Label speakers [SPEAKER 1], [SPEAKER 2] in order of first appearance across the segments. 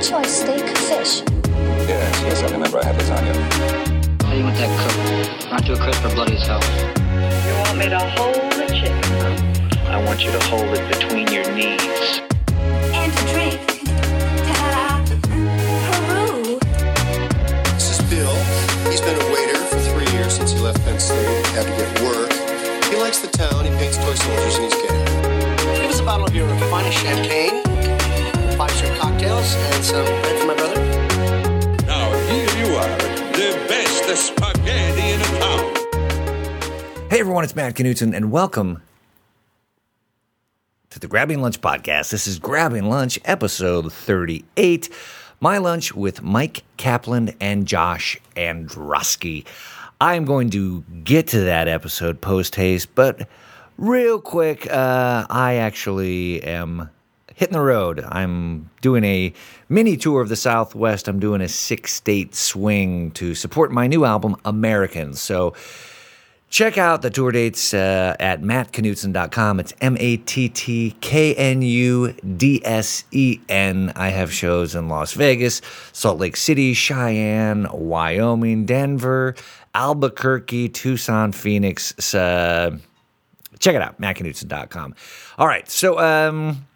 [SPEAKER 1] choice steak, fish.
[SPEAKER 2] Yes, yes, I remember I had lasagna.
[SPEAKER 3] How do you want that cooked? Not too crisp or bloody as hell.
[SPEAKER 4] You want me to hold the chicken?
[SPEAKER 5] I want you to hold it between your knees.
[SPEAKER 1] And a drink. Ta-da. Peru.
[SPEAKER 6] This is Bill. He's been a waiter for three years since he left Penn State. Had to get work. He likes the town. He paints toy soldiers and he's gay.
[SPEAKER 7] Give us a bottle of your finest champagne, five shrimp cocktails, and some bread for my brother.
[SPEAKER 8] Now here you are, the best spaghetti in town.
[SPEAKER 9] Hey everyone, it's Matt Knutson, and welcome to the Grabbing Lunch podcast. This is Grabbing Lunch, episode 38. My lunch with Mike Kaplan and Josh Androsky. I am going to get to that episode post haste, but real quick, uh, I actually am hitting the road. I'm doing a mini tour of the Southwest. I'm doing a six state swing to support my new album, Americans. So, Check out the tour dates uh, at mattknudsen.com. It's M A T T K N U D S E N. I have shows in Las Vegas, Salt Lake City, Cheyenne, Wyoming, Denver, Albuquerque, Tucson, Phoenix. Uh, check it out, mattknudsen.com. All right, so um,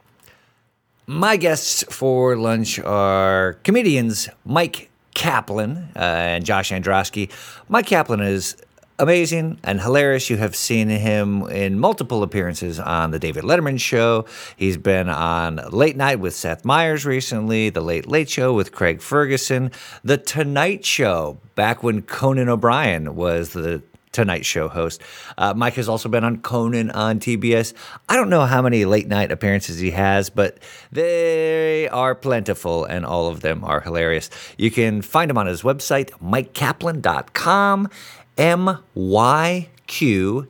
[SPEAKER 9] my guests for lunch are comedians Mike Kaplan uh, and Josh Androsky. Mike Kaplan is amazing and hilarious. You have seen him in multiple appearances on The David Letterman Show. He's been on Late Night with Seth Meyers recently, The Late Late Show with Craig Ferguson, The Tonight Show, back when Conan O'Brien was the Tonight Show host. Uh, Mike has also been on Conan on TBS. I don't know how many late night appearances he has, but they are plentiful and all of them are hilarious. You can find him on his website, mikekaplan.com, M Y Q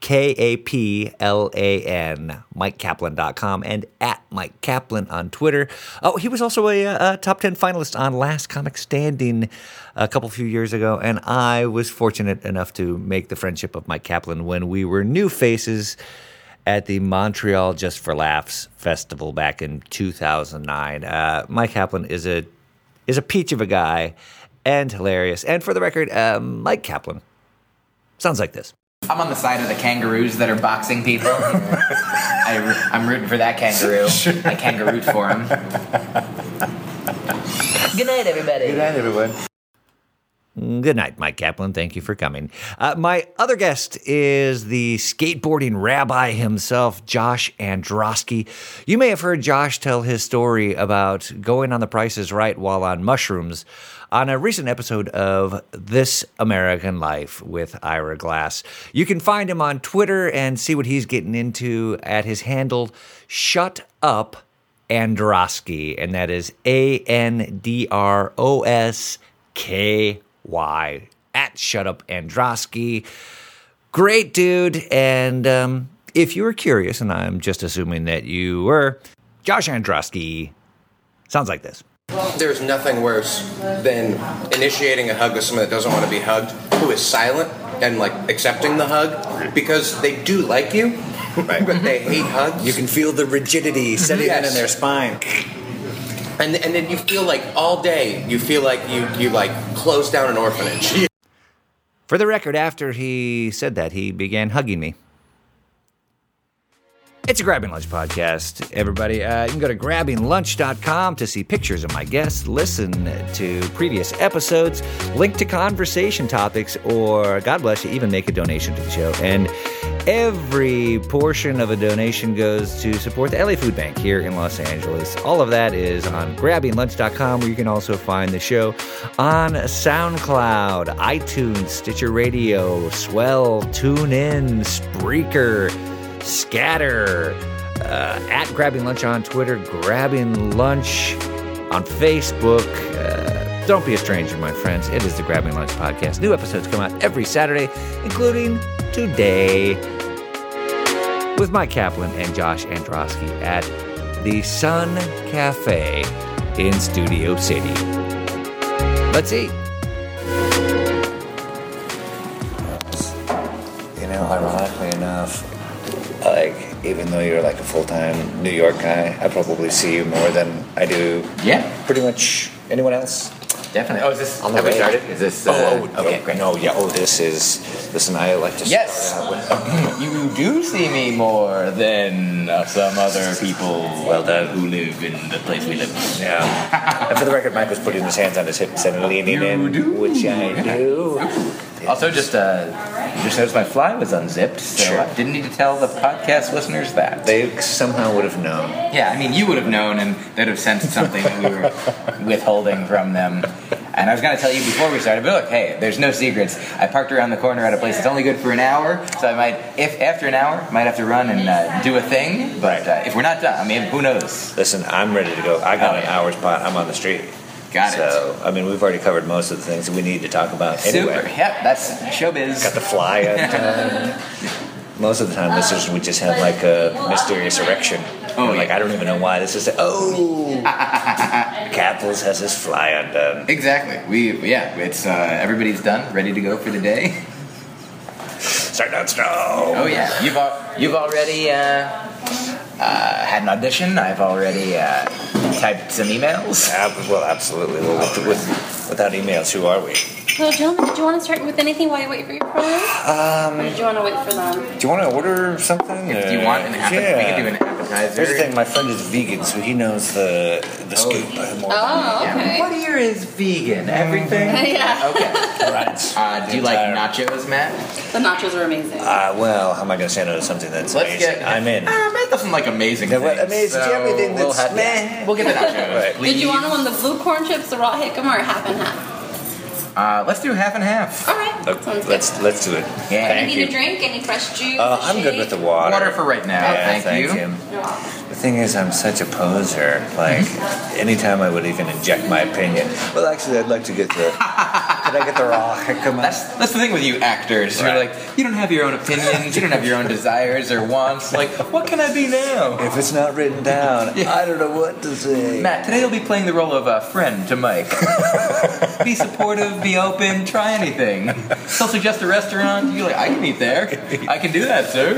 [SPEAKER 9] K A P L A N, MikeKaplan.com, and at Mike Kaplan on Twitter. Oh, he was also a, uh top 10 finalist on Last Comic Standing a couple few years ago, and I was fortunate enough to make the friendship of Mike Kaplan when we were new faces at the Montreal Just for Laughs festival back in 2009. Uh, Mike Kaplan is a is a peach of a guy and hilarious. And for the record, uh, Mike Kaplan sounds like this.
[SPEAKER 10] I'm on the side of the kangaroos that are boxing people. I, am rooting for that kangaroo. I kangarooed for him. Good night, everybody.
[SPEAKER 9] Good night, Mike Kaplan. Thank you for coming. Uh, my other guest is the skateboarding rabbi himself, Josh Androsky. You may have heard Josh tell his story about going on the prices right while on mushrooms on a recent episode of This American Life with Ira Glass. You can find him on Twitter and see what he's getting into at his handle, Shut Up Androsky, and that is A N D R O S K Y at Shut Up Androsky. Great dude, and um, if you were curious, and I'm just assuming that you were, Josh Androsky sounds like this.
[SPEAKER 11] There's nothing worse than initiating a hug with someone that doesn't want to be hugged, who is silent and like accepting the hug because they do like you, but they hate hugs.
[SPEAKER 12] You can feel the rigidity setting in
[SPEAKER 11] Yes.
[SPEAKER 12] in their spine.
[SPEAKER 11] and and then you feel like all day you feel like you you like close down an orphanage.
[SPEAKER 9] For the record, after he said that, he began hugging me. It's a Grabbing Lunch podcast, everybody. Uh, you can go to grabbinglunch.com to see pictures of my guests, listen to previous episodes, link to conversation topics, or God bless you, even make a donation to the show. And every portion of a donation goes to support the LA Food Bank here in Los Angeles. All of that is on grabbinglunch.com, where you can also find the show on SoundCloud, iTunes, Stitcher Radio, Swell, TuneIn, Spreaker. Scatter, uh, at Grabbing Lunch on Twitter, Grabbing Lunch on Facebook. Uh, don't be a stranger, my friends. It is the Grabbing Lunch podcast. New episodes come out every Saturday, including today with Mike Kaplan and Josh Androsky at the Sun Cafe in Studio City. Let's eat. You know, ironically enough, like
[SPEAKER 12] even though you're like a full time New York guy, I probably see you more than I do.
[SPEAKER 9] Yeah.
[SPEAKER 12] Pretty much anyone else.
[SPEAKER 9] Definitely. Oh, is this?
[SPEAKER 12] On the
[SPEAKER 9] have we
[SPEAKER 12] way.
[SPEAKER 9] started? Is this?
[SPEAKER 12] Oh,
[SPEAKER 9] Uh,
[SPEAKER 12] oh,
[SPEAKER 9] okay,
[SPEAKER 12] oh,
[SPEAKER 9] great.
[SPEAKER 12] No, yeah. Oh, this is. Listen, I like to.
[SPEAKER 9] Yes, you do see me more than uh, some other people well, the, who live in the place we live.
[SPEAKER 12] Yeah. and for the record, Mike was putting his hands on his hips and leaning in, which I do.
[SPEAKER 9] Also, just uh, just noticed my fly was unzipped, so I didn't need to tell the podcast listeners that.
[SPEAKER 12] They somehow would have known.
[SPEAKER 9] Yeah, I mean, you would have known, and they'd have sensed something that we were withholding from them. And I was going to tell you before we started, but look, hey, there's no secrets. I parked around the corner at a place that's only good for an hour, so I might, if after an hour, might have to run and uh, do a thing. But uh, if we're not done, I mean, who knows?
[SPEAKER 12] Listen, I'm ready to go. I got an hour hour's pot. I'm on the street.
[SPEAKER 9] Got it.
[SPEAKER 12] So, I mean, we've already covered most of the things that we need to talk about
[SPEAKER 9] Super.
[SPEAKER 12] anyway.
[SPEAKER 9] Yep, that's showbiz.
[SPEAKER 12] Got the fly out. most of the time, listeners would just have like a mysterious erection. Oh, like I don't even know why this is. Oh, Capitals has his fly undone.
[SPEAKER 9] Exactly. We yeah. It's uh, everybody's done, ready to go for the day.
[SPEAKER 12] Start down strong.
[SPEAKER 9] Oh yeah. You've al- you've already uh, uh, had an audition. I've already uh, typed some emails.
[SPEAKER 12] well, absolutely. Well, with, with, without emails, who are we?
[SPEAKER 11] So, gentlemen, did you want to start with anything while you wait for your friends? or
[SPEAKER 12] Um,
[SPEAKER 11] did you want to wait for them?
[SPEAKER 12] Do you want to order something?
[SPEAKER 9] If you want an appe- we could do an appetizer.
[SPEAKER 12] Here's the thing, my friend is vegan, so he knows the the scoop. more than
[SPEAKER 11] Oh,
[SPEAKER 12] me.
[SPEAKER 11] okay.
[SPEAKER 9] What here is vegan? Everything.
[SPEAKER 11] Yeah.
[SPEAKER 9] Okay.
[SPEAKER 12] Right.
[SPEAKER 9] Uh, do you like nachos, Matt?
[SPEAKER 11] The nachos are amazing.
[SPEAKER 12] Uh, well, how am I going to say no to something that's
[SPEAKER 9] Let's
[SPEAKER 12] amazing?
[SPEAKER 9] get-
[SPEAKER 12] I'm in.
[SPEAKER 9] Ah, Matt doesn't like amazing.
[SPEAKER 12] Yeah, well,
[SPEAKER 9] things,
[SPEAKER 12] amazing. Do you have
[SPEAKER 9] so
[SPEAKER 12] anything
[SPEAKER 9] we'll
[SPEAKER 12] that's
[SPEAKER 9] have-
[SPEAKER 12] meh?
[SPEAKER 9] We'll get the nachos.
[SPEAKER 12] Right.
[SPEAKER 11] Did you want to one the blue corn chips, the raw jicama, or half and half?
[SPEAKER 9] Uh, let's do half and half. Uh,
[SPEAKER 11] All right. Sounds good.
[SPEAKER 12] Let's let's do it.
[SPEAKER 9] Yeah.
[SPEAKER 11] you need a drink? Any fresh juice?
[SPEAKER 12] Uh,
[SPEAKER 11] a
[SPEAKER 12] I'm good
[SPEAKER 11] shake?
[SPEAKER 12] with the water.
[SPEAKER 9] Water for right now.
[SPEAKER 12] Yeah,
[SPEAKER 9] Thank you.
[SPEAKER 12] The thing is, I'm such a poser. Like,
[SPEAKER 9] Mm-hmm.
[SPEAKER 12] anytime I would even inject my opinion. Well, actually, I'd like to get the. could I get the raw jicama?
[SPEAKER 9] That's that's the thing with you actors. You're like you don't have your own opinions. You don't have your own desires or wants. Like what can I be now?
[SPEAKER 12] If it's not written down, I don't know what to say.
[SPEAKER 9] Matt, today you'll be playing the role of a friend to Mike. be supportive. Be open. Try anything. He'll suggest a restaurant. You're like I can eat there. I can do that, sir.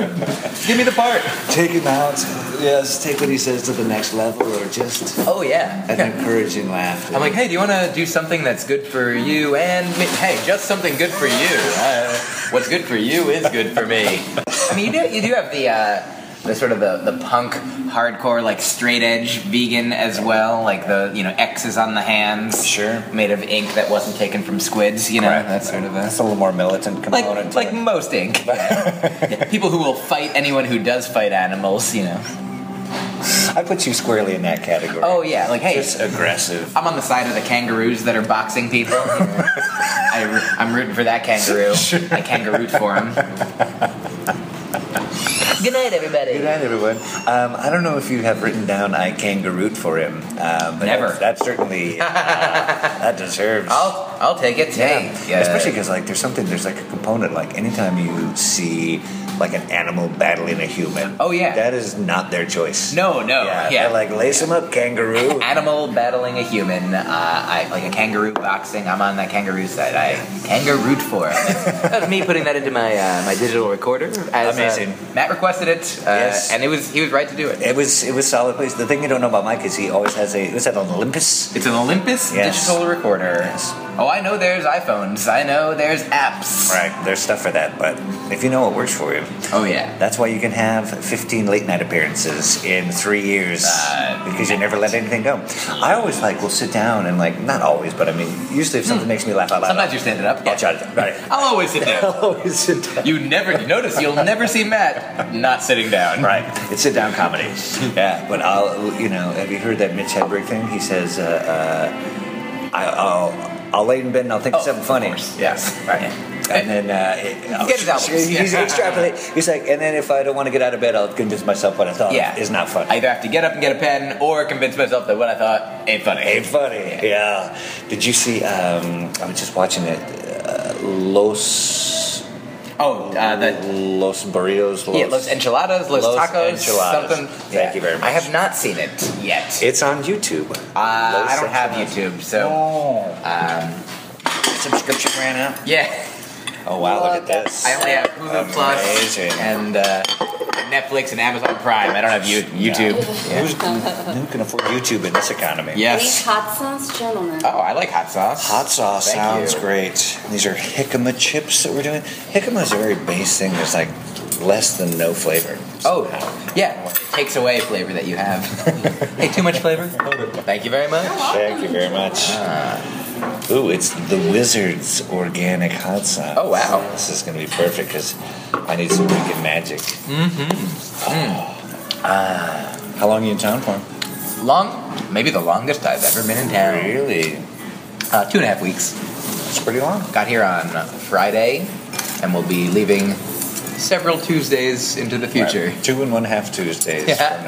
[SPEAKER 9] Give me the part.
[SPEAKER 12] Take him out. Yes, take what he says to the next level, or just
[SPEAKER 9] Oh yeah.
[SPEAKER 12] an encouraging laugh.
[SPEAKER 9] I'm like, hey, do you want to do something that's good for you and me? Hey, just something good for you. Uh, what's good for you is good for me. I mean, you do you do have the uh, the sort of the, the punk hardcore like straight edge vegan as well, like the you know X's on the hands, sure, made of ink that wasn't taken from squids. You know,
[SPEAKER 12] Correct.
[SPEAKER 9] that's sort of a
[SPEAKER 12] That's a little more militant
[SPEAKER 9] like
[SPEAKER 12] component.
[SPEAKER 9] like most ink. Yeah. Yeah, People who will fight anyone who does fight animals. You know.
[SPEAKER 12] I put you squarely in that category.
[SPEAKER 9] Oh yeah, like hey,
[SPEAKER 12] Just aggressive.
[SPEAKER 9] I'm on the side of the kangaroos that are boxing people. I, am rooting for that kangaroo. I kangaroo for him. Good night, everybody.
[SPEAKER 12] Good night, everyone. Um, I don't know if you have written down I kangarooed for him. Um, but
[SPEAKER 9] Never.
[SPEAKER 12] That, that certainly uh, that deserves.
[SPEAKER 9] I'll I'll take it. Hey,
[SPEAKER 12] Yeah. Especially because like there's something there's like a component like anytime you see like an animal battling a human.
[SPEAKER 9] Oh, yeah.
[SPEAKER 12] That is not their choice.
[SPEAKER 9] no,
[SPEAKER 12] Yeah.
[SPEAKER 9] no, Oh, yeah.
[SPEAKER 12] They're like lace him up, kangaroo.
[SPEAKER 9] Animal battling a human, uh, I like a kangaroo boxing. I'm on that kangaroo side. I kangaroo for him. That was me putting that into my uh, my digital recorder. As, uh,
[SPEAKER 12] Amazing.
[SPEAKER 9] Matt requested it, uh,
[SPEAKER 12] Yes.
[SPEAKER 9] and it was he was right to do it.
[SPEAKER 12] It was it was solid place. The thing you don't know about Mike is he always has a was that an Olympus?
[SPEAKER 9] It's an Olympus
[SPEAKER 12] Yes.
[SPEAKER 9] digital recorder. Oh, I know there's iPhones. I know there's apps.
[SPEAKER 12] Right, there's stuff for that, but if you know what works for you,
[SPEAKER 9] Oh yeah.
[SPEAKER 12] that's why you can have 15 late night appearances in three years
[SPEAKER 9] Uh,
[SPEAKER 12] because you never let anything go. I always like will sit down and like not always, but I mean usually if something makes me laugh out loud,
[SPEAKER 9] Hmm. Sometimes you're standing up.
[SPEAKER 12] I'll try to right.
[SPEAKER 9] I'll always sit down.
[SPEAKER 12] always sit down.
[SPEAKER 9] You never you notice you'll never see Matt not sitting down.
[SPEAKER 12] Right, it's sit down comedy. Yeah, but I'll, you know, have you heard that Mitch Hedberg thing? He says, uh, uh, I, I'll, I'll lay in bed and I'll think of something funny.
[SPEAKER 9] Yes. Oh, Right.
[SPEAKER 12] And then uh, it, I'll-
[SPEAKER 9] get his albums.
[SPEAKER 12] he's
[SPEAKER 9] Yeah.
[SPEAKER 12] extrapolate. He's like, and then if I don't want to get out of bed, I'll convince myself what I thought
[SPEAKER 9] Yeah.
[SPEAKER 12] is not funny.
[SPEAKER 9] I either have to get up and get a pen or convince myself that what I thought ain't funny.
[SPEAKER 12] Ain't funny. Yeah. Did you see? Um, I was just watching it. Uh, Los.
[SPEAKER 9] Oh, uh, the
[SPEAKER 12] Los burritos. Los,
[SPEAKER 9] yeah, los enchiladas, los,
[SPEAKER 12] Los
[SPEAKER 9] tacos,
[SPEAKER 12] enchiladas.
[SPEAKER 9] something.
[SPEAKER 12] Thank
[SPEAKER 9] Yeah.
[SPEAKER 12] you very much.
[SPEAKER 9] I have not seen it yet.
[SPEAKER 12] It's on YouTube.
[SPEAKER 9] uh, I
[SPEAKER 12] Los Oh.
[SPEAKER 10] um,
[SPEAKER 9] don't have YouTube, so
[SPEAKER 12] Subscription ran out.
[SPEAKER 9] yeah.
[SPEAKER 12] Oh wow! Look at this.
[SPEAKER 10] Uh, I only have Hulu Plus and uh, Netflix and Amazon Prime. I don't have you, YouTube. Yeah.
[SPEAKER 12] Who can afford YouTube in this economy?
[SPEAKER 10] Yes.
[SPEAKER 1] We need hot sauce gentlemen.
[SPEAKER 13] Uh,
[SPEAKER 10] Oh, I like hot sauce.
[SPEAKER 12] Hot sauce
[SPEAKER 10] Thank
[SPEAKER 12] sounds
[SPEAKER 10] you.
[SPEAKER 12] great. These are jicama chips that we're doing. Jicama is a very base thing. There's like less than no flavor.
[SPEAKER 10] Oh, yeah. Takes away flavor that you have. hey, too much flavor? Thank you very much.
[SPEAKER 12] Thank you very much. Ah. Ooh, it's the Wizard's organic hot sauce.
[SPEAKER 10] Oh, wow.
[SPEAKER 12] This is gonna be perfect because I need some freaking magic.
[SPEAKER 10] Mm-hmm.
[SPEAKER 12] Ah, how long are you in town for?
[SPEAKER 10] Long, maybe the longest I've ever been in town.
[SPEAKER 12] Really?
[SPEAKER 10] Uh, two and a half weeks.
[SPEAKER 12] That's pretty long.
[SPEAKER 10] Got here on Friday, and we'll be leaving several Tuesdays into the future.
[SPEAKER 12] Right. Two and one half Tuesdays
[SPEAKER 10] Yeah.
[SPEAKER 12] from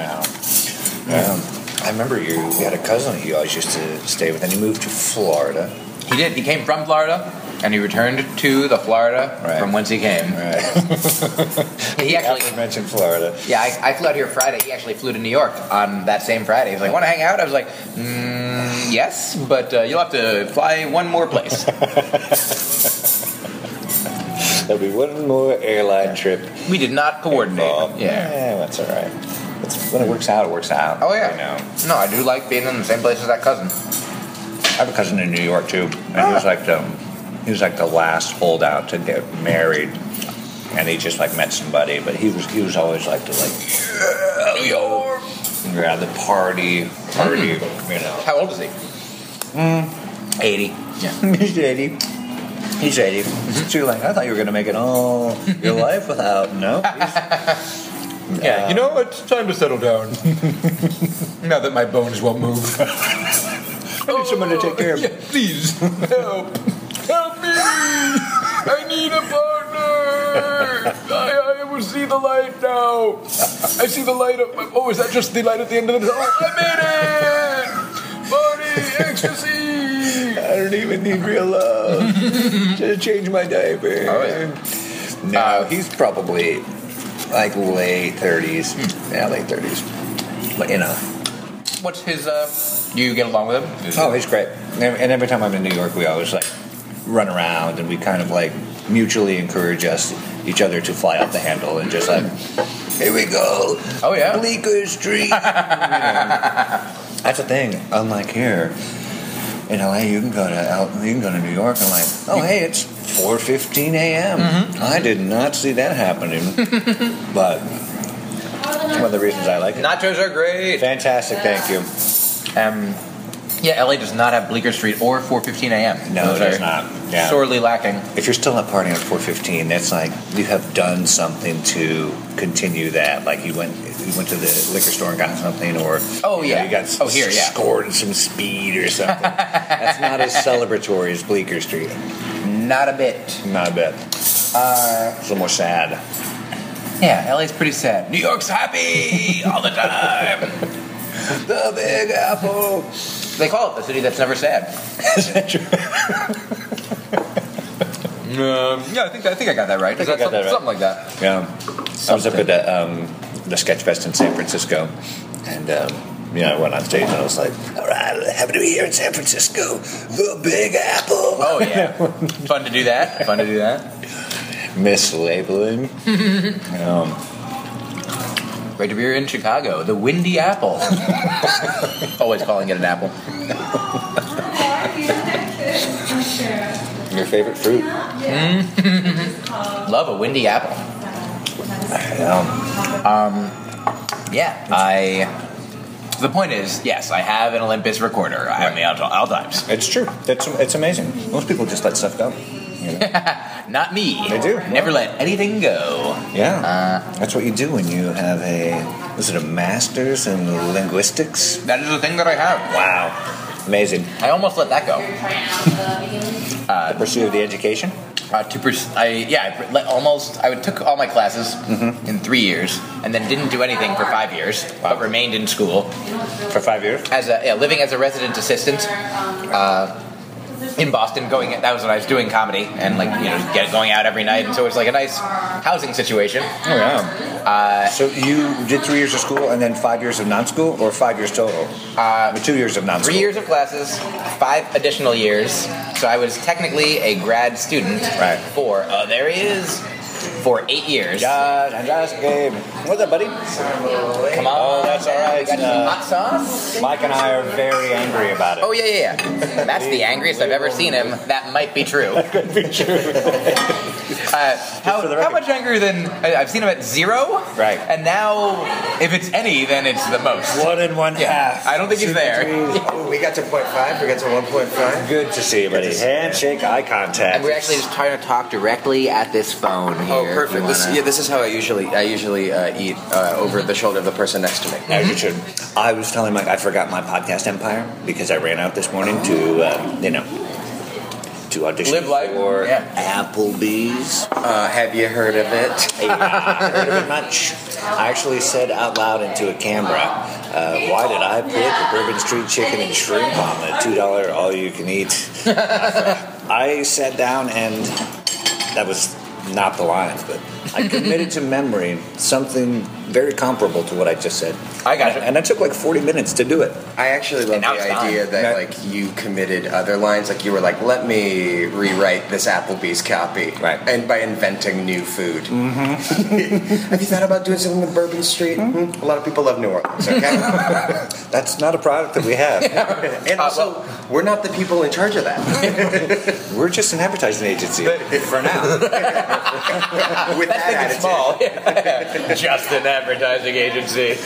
[SPEAKER 12] now. Um, I remember you, you had a cousin that you always used to stay with, and he moved to Florida.
[SPEAKER 10] He did. He came from Florida, and he returned to the Florida from whence he came. he actually
[SPEAKER 12] mentioned Florida.
[SPEAKER 10] Yeah, I, I flew out here Friday. He actually flew to New York on that same Friday. He was like, "Want to hang out?" I was like, mm, "Yes, but uh, you'll have to fly one more place."
[SPEAKER 12] There'll be one more airline trip.
[SPEAKER 10] We did not coordinate.
[SPEAKER 12] Yeah. that's all right. It's, when it works out, it works out.
[SPEAKER 10] Oh yeah. No, I do like being in the same place as that cousin.
[SPEAKER 12] I have a cousin in New York too, and he
[SPEAKER 10] Ah.
[SPEAKER 12] was like the he was like the last holdout to get married, and he just like met somebody, but he was he was always like the like yeah, Oh, yo, yeah, the party party,
[SPEAKER 10] Hmm.
[SPEAKER 12] you know.
[SPEAKER 10] How old is he? Eighty. Yeah.
[SPEAKER 12] He's eighty. He's eighty. So you're like, I thought you were gonna make it all your life without no.
[SPEAKER 14] Yeah, you
[SPEAKER 12] Uh,
[SPEAKER 14] know, it's time to settle down. now that my bones won't move.
[SPEAKER 12] I need someone to take care of me.
[SPEAKER 14] Oh, please, help. Help me! I need a partner! I, I will see the light now. I see the light of. Oh, is that just the light at the end of the tunnel? I made it! Body ecstasy!
[SPEAKER 12] I don't even need real love. Just change my diaper. No, he's probably like late thirties. Yeah, late thirties. But you know.
[SPEAKER 10] What's his? Uh, do you get along with him?
[SPEAKER 12] Oh, he's great. And every- and every time I'm in New York, we always like run around and we kind of like mutually encourage us each other to fly off the handle and just like, here we go.
[SPEAKER 10] Oh yeah.
[SPEAKER 12] Bleecker Street. That's the thing. Unlike here in LA, you can go to L- you can go to New York and like, oh hey, it's 4:15 a.m.
[SPEAKER 10] Mm-hmm.
[SPEAKER 12] I did not see that happening, but it's one of the reasons I like it.
[SPEAKER 10] Nachos are great.
[SPEAKER 12] Fantastic. Thank you.
[SPEAKER 10] Um, yeah, LA does not have Bleecker Street or 4:15 a.m.
[SPEAKER 12] No,
[SPEAKER 10] Those
[SPEAKER 12] it does
[SPEAKER 10] are
[SPEAKER 12] not. Yeah.
[SPEAKER 10] Sorely lacking.
[SPEAKER 12] If you're still not partying at 4:15, that's like you have done something to continue that. Like you went you went to the liquor store and got something, or
[SPEAKER 10] Oh,
[SPEAKER 12] you know,
[SPEAKER 10] yeah.
[SPEAKER 12] you got
[SPEAKER 10] Oh, here, yeah.
[SPEAKER 12] scored some speed or something. that's not as celebratory as Bleecker Street.
[SPEAKER 10] Not a bit.
[SPEAKER 12] Not a bit.
[SPEAKER 10] Uh,
[SPEAKER 12] It's a little more sad.
[SPEAKER 10] yeah, LA's pretty sad. New York's happy all the time.
[SPEAKER 12] the Big Apple.
[SPEAKER 10] They call it the city that's never sad. Um, yeah, I think I think I got that right.
[SPEAKER 12] I
[SPEAKER 10] Is
[SPEAKER 12] think
[SPEAKER 10] that
[SPEAKER 12] I got
[SPEAKER 10] something,
[SPEAKER 12] that right.
[SPEAKER 10] something like that?
[SPEAKER 12] Yeah. I was up at the, um, the Sketch Fest in San Francisco, and um, you know, I went on stage and I was like, "All right, happy to be here in San Francisco, the Big Apple." Oh
[SPEAKER 10] yeah, fun to do that. Fun to do that.
[SPEAKER 12] Mislabeling. um,
[SPEAKER 10] Great to be here in Chicago. The Windy Apple. Always calling it an apple.
[SPEAKER 12] Your favorite fruit?
[SPEAKER 10] Mm. Love a windy apple. Um, yeah, I. The point is, yes, I have an Olympus recorder. I have me out all, all times.
[SPEAKER 12] It's true. It's, it's amazing. Most people just let stuff go.
[SPEAKER 10] Not me.
[SPEAKER 12] They do.
[SPEAKER 10] Never let anything go.
[SPEAKER 12] Yeah. That's what you do when you have a, was it a master's in linguistics?
[SPEAKER 10] That is the thing that I have.
[SPEAKER 12] Wow. Amazing.
[SPEAKER 10] I almost let that go.
[SPEAKER 12] the pursuit of the education?
[SPEAKER 10] Uh, to pers- I yeah, I pr- let almost I would took all my classes in three years, and then didn't do anything for five years, but remained in school
[SPEAKER 12] for five years
[SPEAKER 10] as a yeah, living as a resident assistant. Uh, in Boston, going that was when I was doing comedy and like you know get going out every night, and so it was like a nice housing situation.
[SPEAKER 12] Oh yeah.
[SPEAKER 10] Uh,
[SPEAKER 12] so you did three years of school and then five years of non-school, or five years total? Uh, two years of non-school.
[SPEAKER 10] Three years of classes, five additional years. So I was technically a grad student
[SPEAKER 12] right.
[SPEAKER 10] for oh there he is for eight years.
[SPEAKER 12] Josh, I just came. What's up, buddy? Come
[SPEAKER 10] on. Oh,
[SPEAKER 12] that's all right. Uh,
[SPEAKER 10] We got some hot sauce.
[SPEAKER 12] Mike and I are very angry about it.
[SPEAKER 10] Oh yeah, yeah, yeah. That's the angriest I've ever seen him. That might be true. that could be true. uh, how, how much angrier than I- I've seen him at zero?
[SPEAKER 12] Right.
[SPEAKER 10] And now, if it's any, then it's the most.
[SPEAKER 12] One and one half.
[SPEAKER 10] I don't think he's there.
[SPEAKER 15] Oh, we got to point five. We got to one point five.
[SPEAKER 12] Good to see you, buddy. Handshake, eye contact.
[SPEAKER 10] And we're actually just trying to talk directly at this phone here.
[SPEAKER 15] Oh,
[SPEAKER 10] if you
[SPEAKER 15] perfect. This,
[SPEAKER 10] wanna-
[SPEAKER 15] yeah, this is how I usually I usually uh, eat uh, over the shoulder of the person next to me.
[SPEAKER 12] As you should. I was telling Mike I forgot my podcast empire because I ran out this morning to uh, you know to audition
[SPEAKER 10] Live life.
[SPEAKER 12] for
[SPEAKER 10] Yeah.
[SPEAKER 12] Applebee's.
[SPEAKER 15] Uh, have you heard of it?
[SPEAKER 12] Yeah, heard of it much. I actually said out loud into a camera, uh, "Why did I put the Bourbon Street chicken and shrimp on the two dollar all you can eat?" I sat down and that was not the lines, but I committed to memory something very comparable to what I just said.
[SPEAKER 10] I got
[SPEAKER 12] and, it, and I took like forty minutes to do it.
[SPEAKER 15] I actually love
[SPEAKER 12] now it's
[SPEAKER 15] the
[SPEAKER 12] gone.
[SPEAKER 15] idea that like you committed other lines. Like you were like, let me rewrite this Applebee's copy, right? And by inventing new food.
[SPEAKER 6] Mm.
[SPEAKER 15] Have you thought about doing something with Bourbon Street? Hmm? A lot of people love New Orleans. Okay,
[SPEAKER 12] that's not a product that we have.
[SPEAKER 15] and also, we're not the people in charge of that.
[SPEAKER 12] We're just an advertising agency for now.
[SPEAKER 15] With
[SPEAKER 10] that small. Just an advertising agency.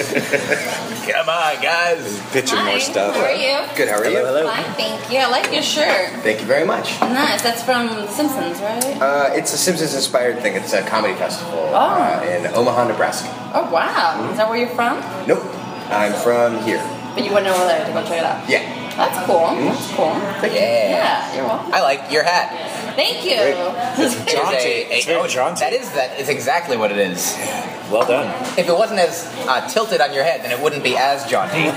[SPEAKER 10] Come on, guys.
[SPEAKER 12] Pitching
[SPEAKER 13] Hi, How are you?
[SPEAKER 15] Good. How are you?
[SPEAKER 13] Fine, thank you. Oh. I like your shirt.
[SPEAKER 15] Thank you very much.
[SPEAKER 13] Nice. That's from The Simpsons, right?
[SPEAKER 15] Uh, it's a Simpsons inspired thing. It's a comedy festival uh, in Omaha, Nebraska.
[SPEAKER 13] Oh wow. Is that where you're from?
[SPEAKER 15] Nope, I'm from here.
[SPEAKER 13] But you went over there to go check it out.
[SPEAKER 15] Yeah.
[SPEAKER 13] That's cool. That's cool.
[SPEAKER 10] Yeah.
[SPEAKER 13] Yeah. You're welcome.
[SPEAKER 10] I like your hat.
[SPEAKER 13] Thank you.
[SPEAKER 10] It is a- a- oh, That is that is exactly what it is.
[SPEAKER 12] Well done.
[SPEAKER 10] If it wasn't as uh, tilted on your head, then it wouldn't be as jaunty.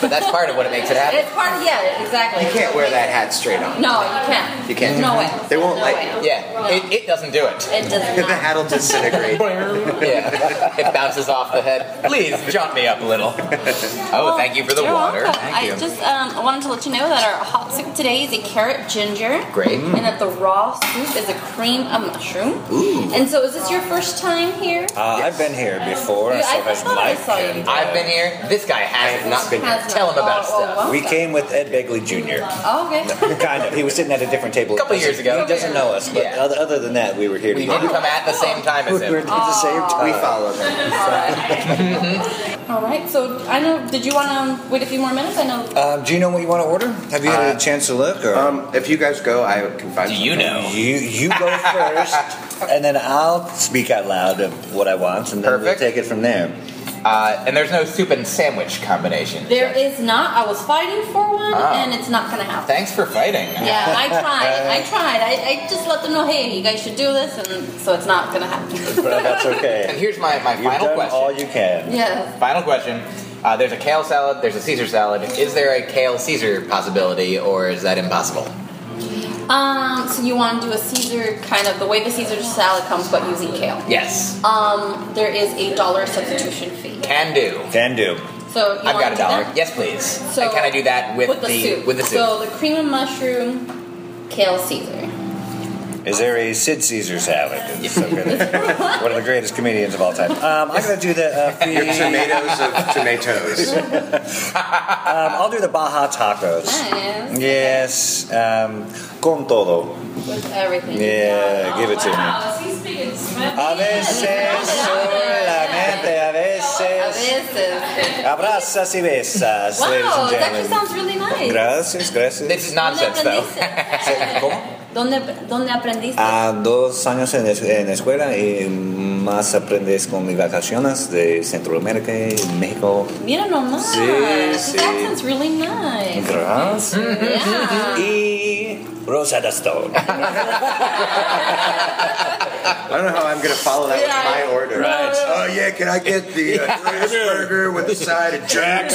[SPEAKER 10] but that's part of what it makes it happen.
[SPEAKER 13] It's part of yeah, exactly.
[SPEAKER 15] You can't wear that hat straight on.
[SPEAKER 13] No, you can't.
[SPEAKER 15] You can't.
[SPEAKER 13] No way.
[SPEAKER 15] They won't
[SPEAKER 13] No
[SPEAKER 15] like
[SPEAKER 13] way.
[SPEAKER 15] it.
[SPEAKER 10] Yeah, it, it doesn't do it.
[SPEAKER 13] It does
[SPEAKER 15] the hat'll disintegrate.
[SPEAKER 10] yeah, it bounces off the head. Please jaunt me up a little. Oh, thank you for the
[SPEAKER 13] You're
[SPEAKER 10] water.
[SPEAKER 13] welcome.
[SPEAKER 10] Thank
[SPEAKER 13] I
[SPEAKER 10] you.
[SPEAKER 13] just um, I wanted to let you know that our hot soup today is a carrot ginger.
[SPEAKER 10] Great.
[SPEAKER 13] And that the raw soup is a cream of mushroom.
[SPEAKER 12] Ooh.
[SPEAKER 13] And so, is this your first time here?
[SPEAKER 12] Uh, I've been here before.
[SPEAKER 13] Yeah, I
[SPEAKER 12] so has
[SPEAKER 13] thought I
[SPEAKER 12] Mike
[SPEAKER 13] saw you.
[SPEAKER 12] and,
[SPEAKER 10] I've been here. This guy has not been here. Tell him about stuff.
[SPEAKER 12] We came with Ed Begley Jr.
[SPEAKER 13] Oh, okay.
[SPEAKER 12] kind of. He was sitting at a different table. A
[SPEAKER 10] Couple years ago.
[SPEAKER 12] He doesn't know us, but other, other than that, we were here.
[SPEAKER 10] We
[SPEAKER 12] together.
[SPEAKER 10] didn't come at the same time as him.
[SPEAKER 12] We were at the
[SPEAKER 13] Uh,
[SPEAKER 12] same time.
[SPEAKER 15] We followed him.
[SPEAKER 13] All right. So, I know. Did you want to wait a few more minutes? I know.
[SPEAKER 12] Um, do you know what you want to order? Have you had a chance to look? Or?
[SPEAKER 15] Um, if you guys go, I can find.
[SPEAKER 10] Do you
[SPEAKER 15] something.
[SPEAKER 10] know?
[SPEAKER 12] You you go first, and then I'll speak out loud of what I want, and then we'll take it from there.
[SPEAKER 10] Uh, and there's no soup and sandwich combination.
[SPEAKER 13] There is not. I was fighting for one,
[SPEAKER 10] Oh.
[SPEAKER 13] and it's not going to happen.
[SPEAKER 10] Thanks for fighting.
[SPEAKER 13] Yeah, I tried. I tried. I, I just let them know, hey, you guys should do this, and so it's not gonna happen.
[SPEAKER 12] But that's okay.
[SPEAKER 10] And here's my, my
[SPEAKER 12] You've
[SPEAKER 10] final
[SPEAKER 12] done
[SPEAKER 10] question.
[SPEAKER 12] all you can.
[SPEAKER 13] Yeah.
[SPEAKER 10] Final question. Uh, there's a kale salad, there's a Caesar salad. Is there a kale Caesar possibility, or is that impossible?
[SPEAKER 13] Um, so you want to do a Caesar kind of the way the Caesar salad comes, but using kale.
[SPEAKER 10] Yes.
[SPEAKER 13] Um, there is a dollar substitution fee.
[SPEAKER 10] Can do.
[SPEAKER 12] Can do.
[SPEAKER 13] So you
[SPEAKER 10] I've
[SPEAKER 13] wanna
[SPEAKER 10] got a
[SPEAKER 13] do
[SPEAKER 10] dollar.
[SPEAKER 13] that?
[SPEAKER 10] Yes, please.
[SPEAKER 13] So-
[SPEAKER 10] and can I do that with,
[SPEAKER 13] with the, soup.
[SPEAKER 10] with the soup?
[SPEAKER 13] So the cream of mushroom, kale Caesar.
[SPEAKER 12] Is there a Sid Caesar salad? It's so good. One of the greatest comedians of all time. Um, I'm gonna do the uh,
[SPEAKER 15] Your tomatoes of tomatoes.
[SPEAKER 12] Um, I'll do the Baja tacos. Yes. Um, con todo.
[SPEAKER 13] With everything.
[SPEAKER 12] Yeah, give it to me.
[SPEAKER 13] he's speaking
[SPEAKER 12] A veces solamente, a veces. Abrazas y besas,
[SPEAKER 13] Wow,
[SPEAKER 12] ladies and
[SPEAKER 13] it actually
[SPEAKER 12] gentlemen.
[SPEAKER 13] sounds really nice.
[SPEAKER 12] Gracias, gracias.
[SPEAKER 10] This is
[SPEAKER 13] nonsense, though. ¿Dónde, dónde aprendiste?
[SPEAKER 12] A dos años en, es- en escuela y más aprendes con mis vacaciones de Centroamérica y México.
[SPEAKER 13] Mira nomás.
[SPEAKER 12] Sí, sí.
[SPEAKER 13] That sounds really nice.
[SPEAKER 12] Gracias.
[SPEAKER 13] Yeah.
[SPEAKER 12] Y Rosetta Stone.
[SPEAKER 15] I don't know how I'm gonna follow that with my order.
[SPEAKER 12] Right.
[SPEAKER 15] Oh yeah, can I get the uh, Chris burger with a side of Jack's?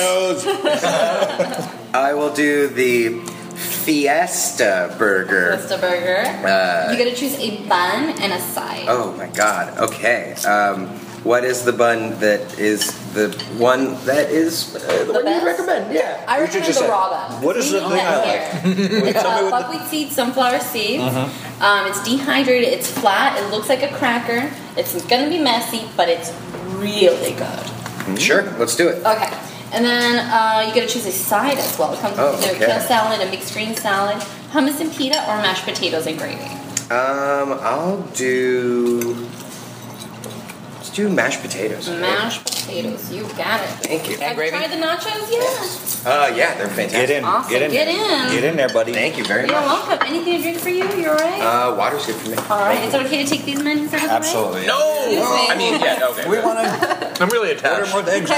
[SPEAKER 15] I will do the Fiesta Burger.
[SPEAKER 13] Fiesta burger.
[SPEAKER 15] Uh,
[SPEAKER 13] you gotta choose a bun and a side.
[SPEAKER 15] Oh my god. Okay. Um, what is the bun that is the one that is uh, the, one
[SPEAKER 13] best?
[SPEAKER 15] you recommend? Yeah.
[SPEAKER 13] I recommend the raw bun.
[SPEAKER 15] What is
[SPEAKER 13] We
[SPEAKER 15] the
[SPEAKER 13] eat
[SPEAKER 15] thing
[SPEAKER 13] that
[SPEAKER 15] I
[SPEAKER 13] here. It's uh, buckwheat seeds, sunflower seeds.
[SPEAKER 15] Uh-huh.
[SPEAKER 13] Um, it's dehydrated. It's flat. It looks like a cracker. It's gonna be messy, but it's really good.
[SPEAKER 15] Mm-hmm. Sure. Let's do it.
[SPEAKER 13] Okay. And then uh, you gotta choose a side as well. It comes
[SPEAKER 15] Oh,
[SPEAKER 13] with either
[SPEAKER 15] okay.
[SPEAKER 13] kale salad, a mixed green salad, hummus and pita, or mashed potatoes and gravy.
[SPEAKER 15] Um, I'll do. Let's do mashed potatoes.
[SPEAKER 13] Mashed potatoes. You got it.
[SPEAKER 15] Thank you.
[SPEAKER 13] Have you tried the nachos? Yeah.
[SPEAKER 15] Uh, yeah, they're fantastic.
[SPEAKER 13] in. Awesome. Get in. Get in. Get in
[SPEAKER 15] there, buddy. Thank you very
[SPEAKER 13] You're
[SPEAKER 15] much.
[SPEAKER 13] welcome. Anything to drink for you? You're all right.
[SPEAKER 15] Uh, water's good for me.
[SPEAKER 13] All right. Is it okay to take these menus out of the way?
[SPEAKER 10] I mean, yeah, okay. We
[SPEAKER 15] want
[SPEAKER 10] to. I'm really attached. Order more things.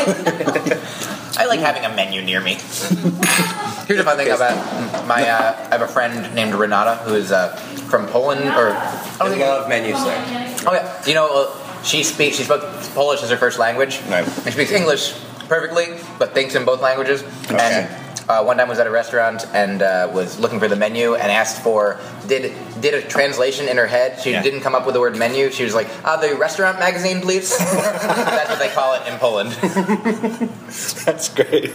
[SPEAKER 10] I like having a menu near me. Here's a fun thing about my. Uh, I have a friend named Renata who is uh, from Poland, or I don't think love menus there. Oh yeah, you know uh, she speaks. She spoke Polish as her first language. Right. And she speaks English perfectly, but thinks in both languages. And uh, one time was at a restaurant and uh, was looking for the menu and asked for did did a translation in her head. She
[SPEAKER 16] Yeah.
[SPEAKER 10] didn't come up with the word menu. She was like, uh, the restaurant magazine, please. That's what they call it in Poland.
[SPEAKER 12] That's great.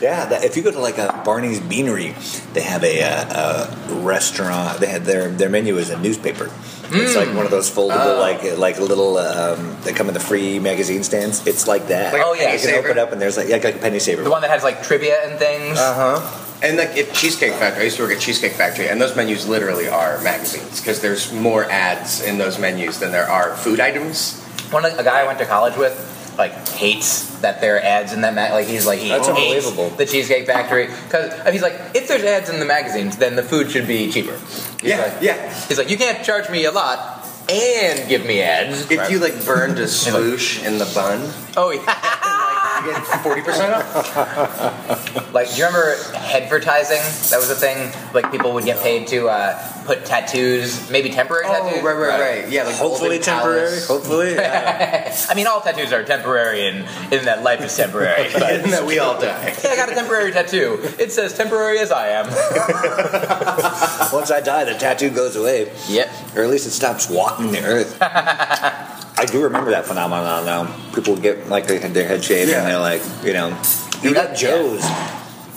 [SPEAKER 12] Yeah, that, if you go to like a Barney's Beanery, they have a, uh a restaurant. They had their their menu is a newspaper. It's like one of those foldable,
[SPEAKER 16] Oh.
[SPEAKER 12] like like little. Um, they come in the free magazine stands. It's like that.
[SPEAKER 10] Like a Oh, yeah. penny
[SPEAKER 12] you can
[SPEAKER 10] saver?
[SPEAKER 12] open up and there's like, yeah, like a penny saver.
[SPEAKER 10] The one that has like trivia and things.
[SPEAKER 12] Uh huh.
[SPEAKER 15] And like at Cheesecake Factory, I used to work at Cheesecake Factory, and those menus literally are magazines because there's more ads in those menus than there are food items.
[SPEAKER 10] One like, a guy I went to college with like hates that there are ads in that mag. Like he's like he
[SPEAKER 15] That's
[SPEAKER 10] hates
[SPEAKER 15] unbelievable.
[SPEAKER 10] The Cheesecake Factory because he's like if there's ads in the magazines, then the food should be cheaper. yeah, yeah. He's like you can't charge me a lot and give me ads.
[SPEAKER 15] If you like burned a swoosh in the bun,
[SPEAKER 10] oh yeah. Forty percent off. Like, do you remember advertising? That was a thing. Like, people would get paid to uh, put tattoos, maybe temporary tattoos.
[SPEAKER 15] Oh, right, right, right. Yeah, like
[SPEAKER 10] hopefully
[SPEAKER 15] temporary,
[SPEAKER 10] Hopefully,
[SPEAKER 12] uh,
[SPEAKER 10] I mean, all tattoos are temporary, and in that life is temporary. But
[SPEAKER 15] that we all die.
[SPEAKER 10] Hey, I got a temporary tattoo. It's as temporary as I am.
[SPEAKER 12] Once I die, the tattoo goes away.
[SPEAKER 10] Yep.
[SPEAKER 12] Or at least it stops walking the earth. I do remember that phenomenon now. People get like they had their head shaved and they're like, you know, you got Joe's.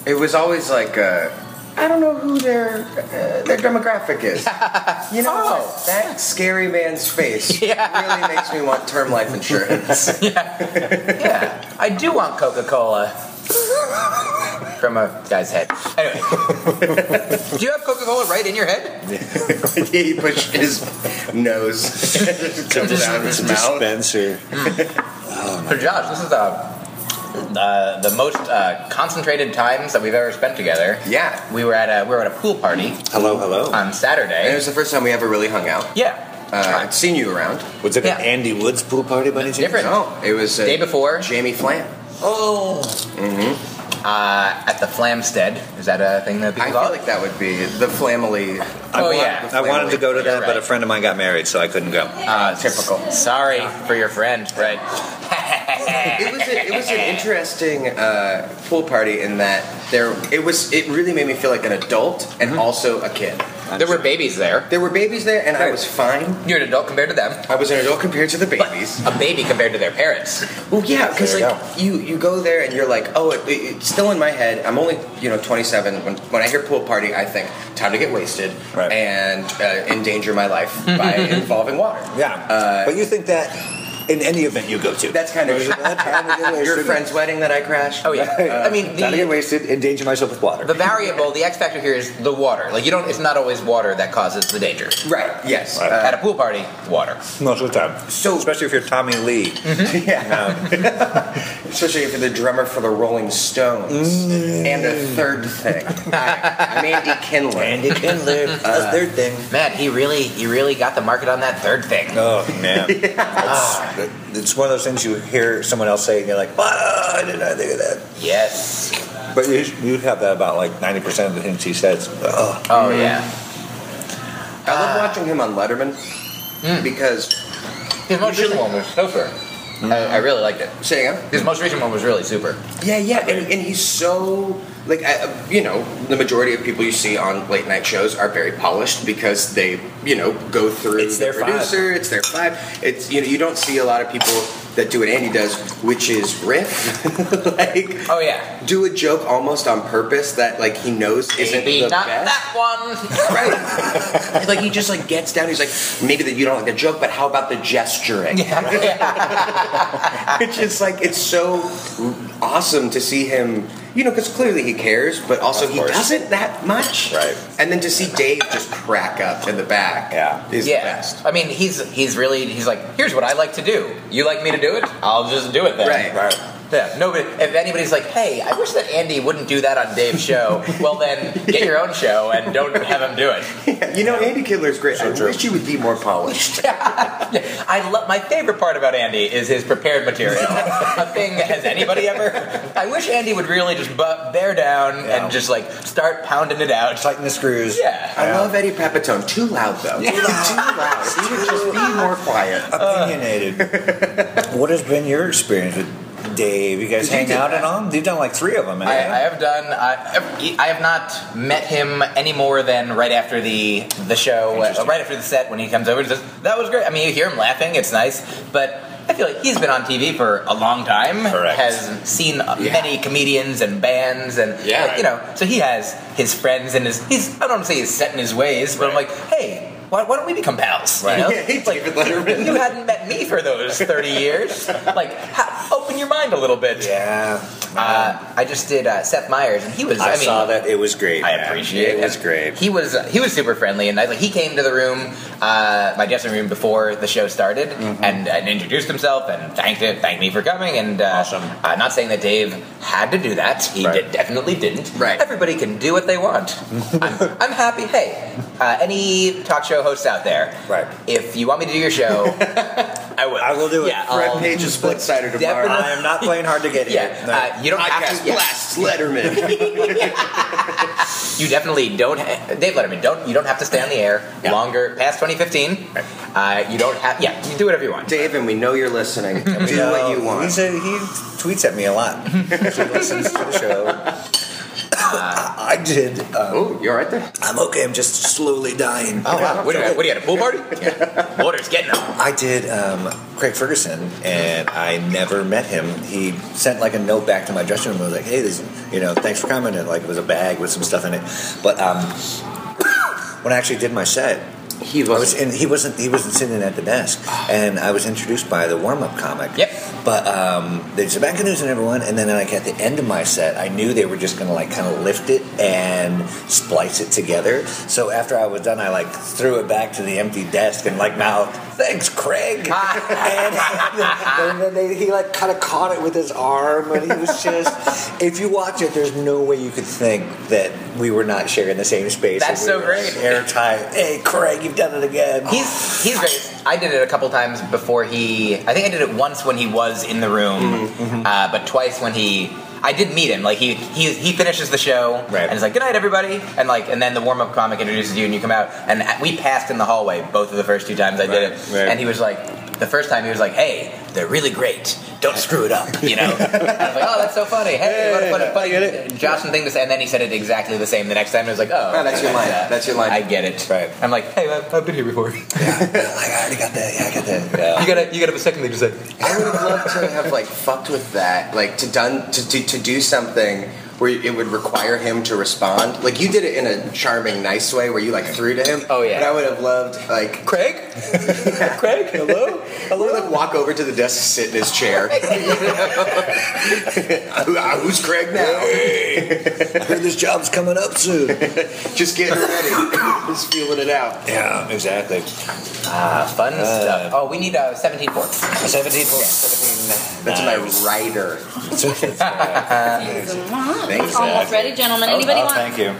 [SPEAKER 15] It was always like, uh, I don't know who their uh, their demographic is. You know, that scary man's face really makes me want term life insurance.
[SPEAKER 10] I do want Coca Cola. From a guy's head. Anyway, do you have Coca Cola right in your head?
[SPEAKER 15] he pushed his nose it comes out of his mouth.
[SPEAKER 12] Dispenser.
[SPEAKER 10] So, Josh, this is uh uh, the most uh, concentrated times that we've ever spent together. Yeah, we were at a we were at a pool party.
[SPEAKER 12] Hello, hello.
[SPEAKER 10] On Saturday,
[SPEAKER 15] And it was the first time we ever really hung out.
[SPEAKER 10] Yeah.
[SPEAKER 15] Uh, I'd seen you around.
[SPEAKER 12] Was it an Andy Woods pool party by any chance?
[SPEAKER 10] Different.
[SPEAKER 15] No, it was uh,
[SPEAKER 10] day before.
[SPEAKER 15] Jamie Flam.
[SPEAKER 10] Oh. Mm-hmm. Uh, at the Flamstead. Is that a thing that people
[SPEAKER 15] I
[SPEAKER 10] call
[SPEAKER 15] feel like that would be the Flamily.
[SPEAKER 12] I
[SPEAKER 10] Oh,
[SPEAKER 12] want-
[SPEAKER 10] yeah.
[SPEAKER 12] I wanted to go to that,
[SPEAKER 10] You're
[SPEAKER 12] but a
[SPEAKER 10] right.
[SPEAKER 12] friend of mine got married, so I couldn't go.
[SPEAKER 10] Uh, typical. Sorry for your friend, right?
[SPEAKER 15] it was a, it was an interesting uh, pool party in that there it was it really made me feel like an adult and
[SPEAKER 10] Mm-hmm.
[SPEAKER 15] also a kid.
[SPEAKER 10] There were babies there.
[SPEAKER 15] There were babies there, and I was fine.
[SPEAKER 10] You're an adult compared to them.
[SPEAKER 15] I was an adult compared to the babies.
[SPEAKER 10] a baby compared to their parents.
[SPEAKER 15] Well, yeah, because
[SPEAKER 10] There
[SPEAKER 15] like
[SPEAKER 10] you
[SPEAKER 15] you you go there and you're like, oh, it, it- it's still in my head. I'm only you know 27. When when I hear pool party, I think time to get wasted and uh, endanger my life by involving water.
[SPEAKER 12] Yeah,
[SPEAKER 15] Uh,
[SPEAKER 12] but you think that in any event you go to,
[SPEAKER 15] that's kind of your
[SPEAKER 12] wasted.
[SPEAKER 15] friend's wedding that I crashed.
[SPEAKER 10] Oh yeah. I mean,
[SPEAKER 12] Not to get
[SPEAKER 10] the,
[SPEAKER 12] wasted, endanger myself with water.
[SPEAKER 10] the variable, the X factor here is the water. Like you don't. It's not always water that causes the danger.
[SPEAKER 15] Right. Yes.
[SPEAKER 10] At a pool party, water.
[SPEAKER 12] Most of the time. So, especially if you're Tommy Lee.
[SPEAKER 15] Yeah. Especially if you're the drummer for the Rolling Stones.
[SPEAKER 10] Mm.
[SPEAKER 15] And a third thing. Hi, I'm Andy Kindler.
[SPEAKER 12] Andy Kindler.
[SPEAKER 15] Uh,
[SPEAKER 12] third thing.
[SPEAKER 10] Man, he really, he really got the market on that third thing.
[SPEAKER 12] Oh man, That's- it's one of those things you hear someone else say, and you're like, "Ah, "Why did I think of that?"
[SPEAKER 10] Yes.
[SPEAKER 12] But you, you have that about like ninety percent of the things he says. Oh,
[SPEAKER 10] Oh
[SPEAKER 15] Mm.
[SPEAKER 10] yeah.
[SPEAKER 15] I Mm. love watching him on Letterman because
[SPEAKER 10] His most usually, no sir. I, I really liked it. Say again? His most recent one was really super.
[SPEAKER 15] Yeah, yeah, and, and he's so like I, uh, you know the majority of people you see on late night shows are very polished because they you know go through it's their
[SPEAKER 12] vibe.
[SPEAKER 15] producer, it's their vibe. It's you know you don't see a lot of people that do what Andy does, which is riff. like
[SPEAKER 10] oh yeah,
[SPEAKER 15] do a joke almost on purpose that like he knows isn't
[SPEAKER 10] Maybe
[SPEAKER 15] the
[SPEAKER 10] not
[SPEAKER 15] best.
[SPEAKER 10] that one.
[SPEAKER 15] Right. like he just like gets down. He's like, maybe that you don't like the joke, but how about the gesturing? Which is like it's so awesome to see him. You know, because clearly he cares, but also he
[SPEAKER 17] course.
[SPEAKER 15] doesn't that much. Right. And then to see Dave just crack up in the back. Yeah. Is
[SPEAKER 10] yeah.
[SPEAKER 15] the best.
[SPEAKER 10] I mean, he's he's really he's like, here's what I like to do. You like me to do it? I'll just do it then.
[SPEAKER 15] Right. Right.
[SPEAKER 10] Yeah. Nobody. If anybody's like, hey, I wish that Andy wouldn't do that on Dave's show. well, then get your own show and don't have him do it.
[SPEAKER 15] You know, Andy Kidler's great. I wish he would be more polished.
[SPEAKER 10] I love my favorite part about Andy is his prepared material. A thing has anybody ever? I wish Andy would really just bu- bear down and just like start pounding it out,
[SPEAKER 12] tighten the screws.
[SPEAKER 10] Yeah,
[SPEAKER 15] I love Eddie Pepitone. Too loud though. Too loud. He would just be more quiet.
[SPEAKER 12] Opinionated. what has been your experience with Dave? You guys
[SPEAKER 10] Did you
[SPEAKER 12] hang
[SPEAKER 10] do
[SPEAKER 12] out
[SPEAKER 10] that?
[SPEAKER 12] and on? You've done like three of them.
[SPEAKER 10] I, I have done. I, I have not met him any more than right after the the show, uh, right after the set when he comes over. He says, that was great. I mean, you hear him laughing; it's nice. But I feel like he's been on TV for a long time. Correct. Has seen uh many comedians and bands, and
[SPEAKER 15] Yeah.
[SPEAKER 10] like, you know. So he has his friends and his. He's. I don't want to say he's set in his ways, but I'm like, hey. Why, why don't we become pals? You
[SPEAKER 15] Right.
[SPEAKER 10] know?
[SPEAKER 15] Yeah,
[SPEAKER 10] like, You hadn't met me for those 30 years. Like, ha- open your mind a little bit.
[SPEAKER 12] Yeah.
[SPEAKER 10] Uh, I just did uh, Seth Meyers, and he was. I,
[SPEAKER 12] I
[SPEAKER 10] mean,
[SPEAKER 12] saw that. It was great.
[SPEAKER 10] I
[SPEAKER 12] man.
[SPEAKER 10] appreciate
[SPEAKER 12] it.
[SPEAKER 10] it.
[SPEAKER 12] was great.
[SPEAKER 10] He was he was super friendly and nice. Like he came to the room, uh, my dressing room before the show started,
[SPEAKER 12] Mm-hmm.
[SPEAKER 10] and, and introduced himself and thanked it, thanked me for coming. And uh, awesome. Uh, not saying that Dave had to do that. He did, definitely didn't. Right. Everybody can do what they want. I'm, I'm happy. Hey, uh, any talk show hosts out there? Right. If you want me to do your show, I will. I will do
[SPEAKER 12] it.
[SPEAKER 10] Yeah.
[SPEAKER 12] Brett
[SPEAKER 10] I'll
[SPEAKER 12] Page is split sided tomorrow.
[SPEAKER 10] definitely-
[SPEAKER 12] I am not playing hard to get here.
[SPEAKER 10] Yeah, uh, you don't have to. Blast Letterman. you definitely don't. Ha- Dave Letterman, don't you don't have to stay on the air longer past 2015. Uh, you don't have. Yeah, you do whatever you want.
[SPEAKER 15] Dave, and we know you're listening. Do what you want.
[SPEAKER 12] He's a, he tweets at me a lot. he listens to the show.
[SPEAKER 15] Uh,
[SPEAKER 12] I did. Um,
[SPEAKER 15] oh, you all right there?
[SPEAKER 12] I'm okay. I'm just slowly dying.
[SPEAKER 10] Oh wow! What, do you- what do you at a pool party? Water's getting up.
[SPEAKER 12] I did um, Craig Ferguson, and I never met him. He sent like a note back to my dressing room. I was like, "Hey, this, you know, thanks for coming." And like, it was a bag with some stuff in it. But um, when I actually did my set, he was and he wasn't he wasn't sitting at the desk, and I was introduced by the warm up comic. Yep. But um, they said back news and everyone, and then like at the end of my set, I knew they were just gonna like kind of lift it and splice it together. So after I was done, I like threw it back to the empty desk and like now thanks Craig. and, and then they, he like kind of caught it with his arm, and he was just. if you watch it, there's no way you could think that we were not sharing the same space.
[SPEAKER 10] That's
[SPEAKER 12] and we
[SPEAKER 10] so
[SPEAKER 12] were
[SPEAKER 10] great.
[SPEAKER 12] Airtime. Hey Craig, you've done it again.
[SPEAKER 10] He's he's great. I did it a couple times before he. I think I did it once when he was in the room,
[SPEAKER 12] Mm-hmm.
[SPEAKER 10] uh, but twice when he. I did meet him. Like he he, he finishes the show and he's like, "Good night, everybody," and like and then the warm up comic introduces you and you come out and we passed in the hallway both of the first two times I did it
[SPEAKER 12] right.
[SPEAKER 10] and he was like, the first time he was like, "Hey, they're really great. Don't screw it up," you know. I was like, "Oh, that's so funny. Hey, what a funny, funny Jocelyn thing to say." And then he said it exactly the same the next time. And it was like, "Oh,
[SPEAKER 15] Oh, that's your line.
[SPEAKER 10] That's your line. I get it." Right. I'm like, "Hey, I've, I've been here before." You gotta, you gotta have a second leader say.
[SPEAKER 15] I would have loved to have like fucked with that, like to done to, to, to do something where it would require him to respond. Like you did it in a charming, nice way where you like threw to him. Oh yeah. But I would have loved like
[SPEAKER 10] Craig. Craig, hello,
[SPEAKER 15] hello. Like walk over to the desk, sit in his chair. Ah, Who's Craig now?
[SPEAKER 12] I heard this job's coming up soon.
[SPEAKER 15] Just getting ready. Just feeling it out.
[SPEAKER 12] Yeah, exactly.
[SPEAKER 10] Ah, fun stuff. Oh, we need a 17 port.
[SPEAKER 12] 17 port.
[SPEAKER 15] That's my writer.
[SPEAKER 1] It's almost ready, gentlemen. Anybody
[SPEAKER 13] Oh,
[SPEAKER 1] want?
[SPEAKER 12] Oh, you.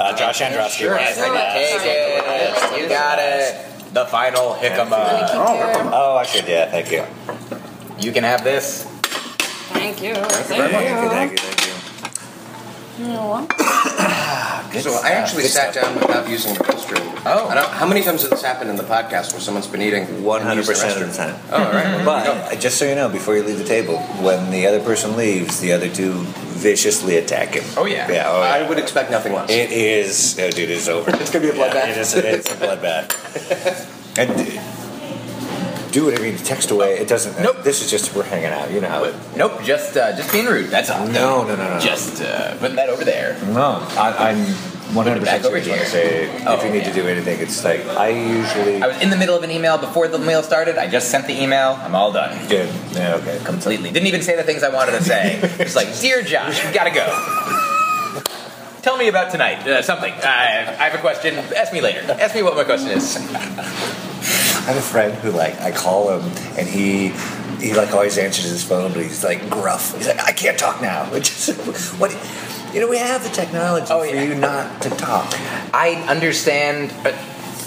[SPEAKER 12] Uh, Josh Androsky.
[SPEAKER 10] Sure,
[SPEAKER 12] right?
[SPEAKER 10] I think I take it. You got it. The final
[SPEAKER 12] Let me
[SPEAKER 10] jicama.
[SPEAKER 12] keep Oh, your- Oh, I should. Yeah, thank you.
[SPEAKER 10] You can have this.
[SPEAKER 1] Thank you.
[SPEAKER 12] Thank you. Thank you.
[SPEAKER 1] You know what?
[SPEAKER 15] so I actually sat down without using the restroom. Oh. I don't, how many times has this happened in the podcast where someone's been eating?
[SPEAKER 12] One hundred percent of the Oh, time. But uh, just so you know, before you leave the table, when the other person leaves, the other two viciously attack him.
[SPEAKER 15] Oh, yeah.
[SPEAKER 12] Yeah. oh,
[SPEAKER 15] I would expect nothing less.
[SPEAKER 12] It is. Oh, dude, it's over. it's
[SPEAKER 15] gonna be a bloodbath.
[SPEAKER 12] it is. It's a bloodbath. and uh, do whatever you text away. It doesn't. Nope. This is just we're hanging out. You know how it.
[SPEAKER 10] Nope, just uh, just being rude. That's all.
[SPEAKER 12] No, no, no, no.
[SPEAKER 10] Just uh, putting that over there.
[SPEAKER 12] No, I, I'm 100 percent
[SPEAKER 10] Back over
[SPEAKER 12] sure. Just want
[SPEAKER 10] here.
[SPEAKER 12] to say
[SPEAKER 10] Oh,
[SPEAKER 12] if you need to do anything, it's like I usually.
[SPEAKER 10] I was in the middle of an email before the mail started. I just sent the email. I'm all done.
[SPEAKER 12] Good. Yeah, okay.
[SPEAKER 10] Completely. Didn't even say the things I wanted to say. It's like, dear Josh, you gotta go. Tell me about tonight. Uh, something. I, I have a question. Ask me later. Ask me what my question is.
[SPEAKER 12] I have a friend who like I call him and he he like always answers his phone, but he's like gruff. He's like, I can't talk now. It's just what you know. We have the technology for you not to talk.
[SPEAKER 10] I understand. But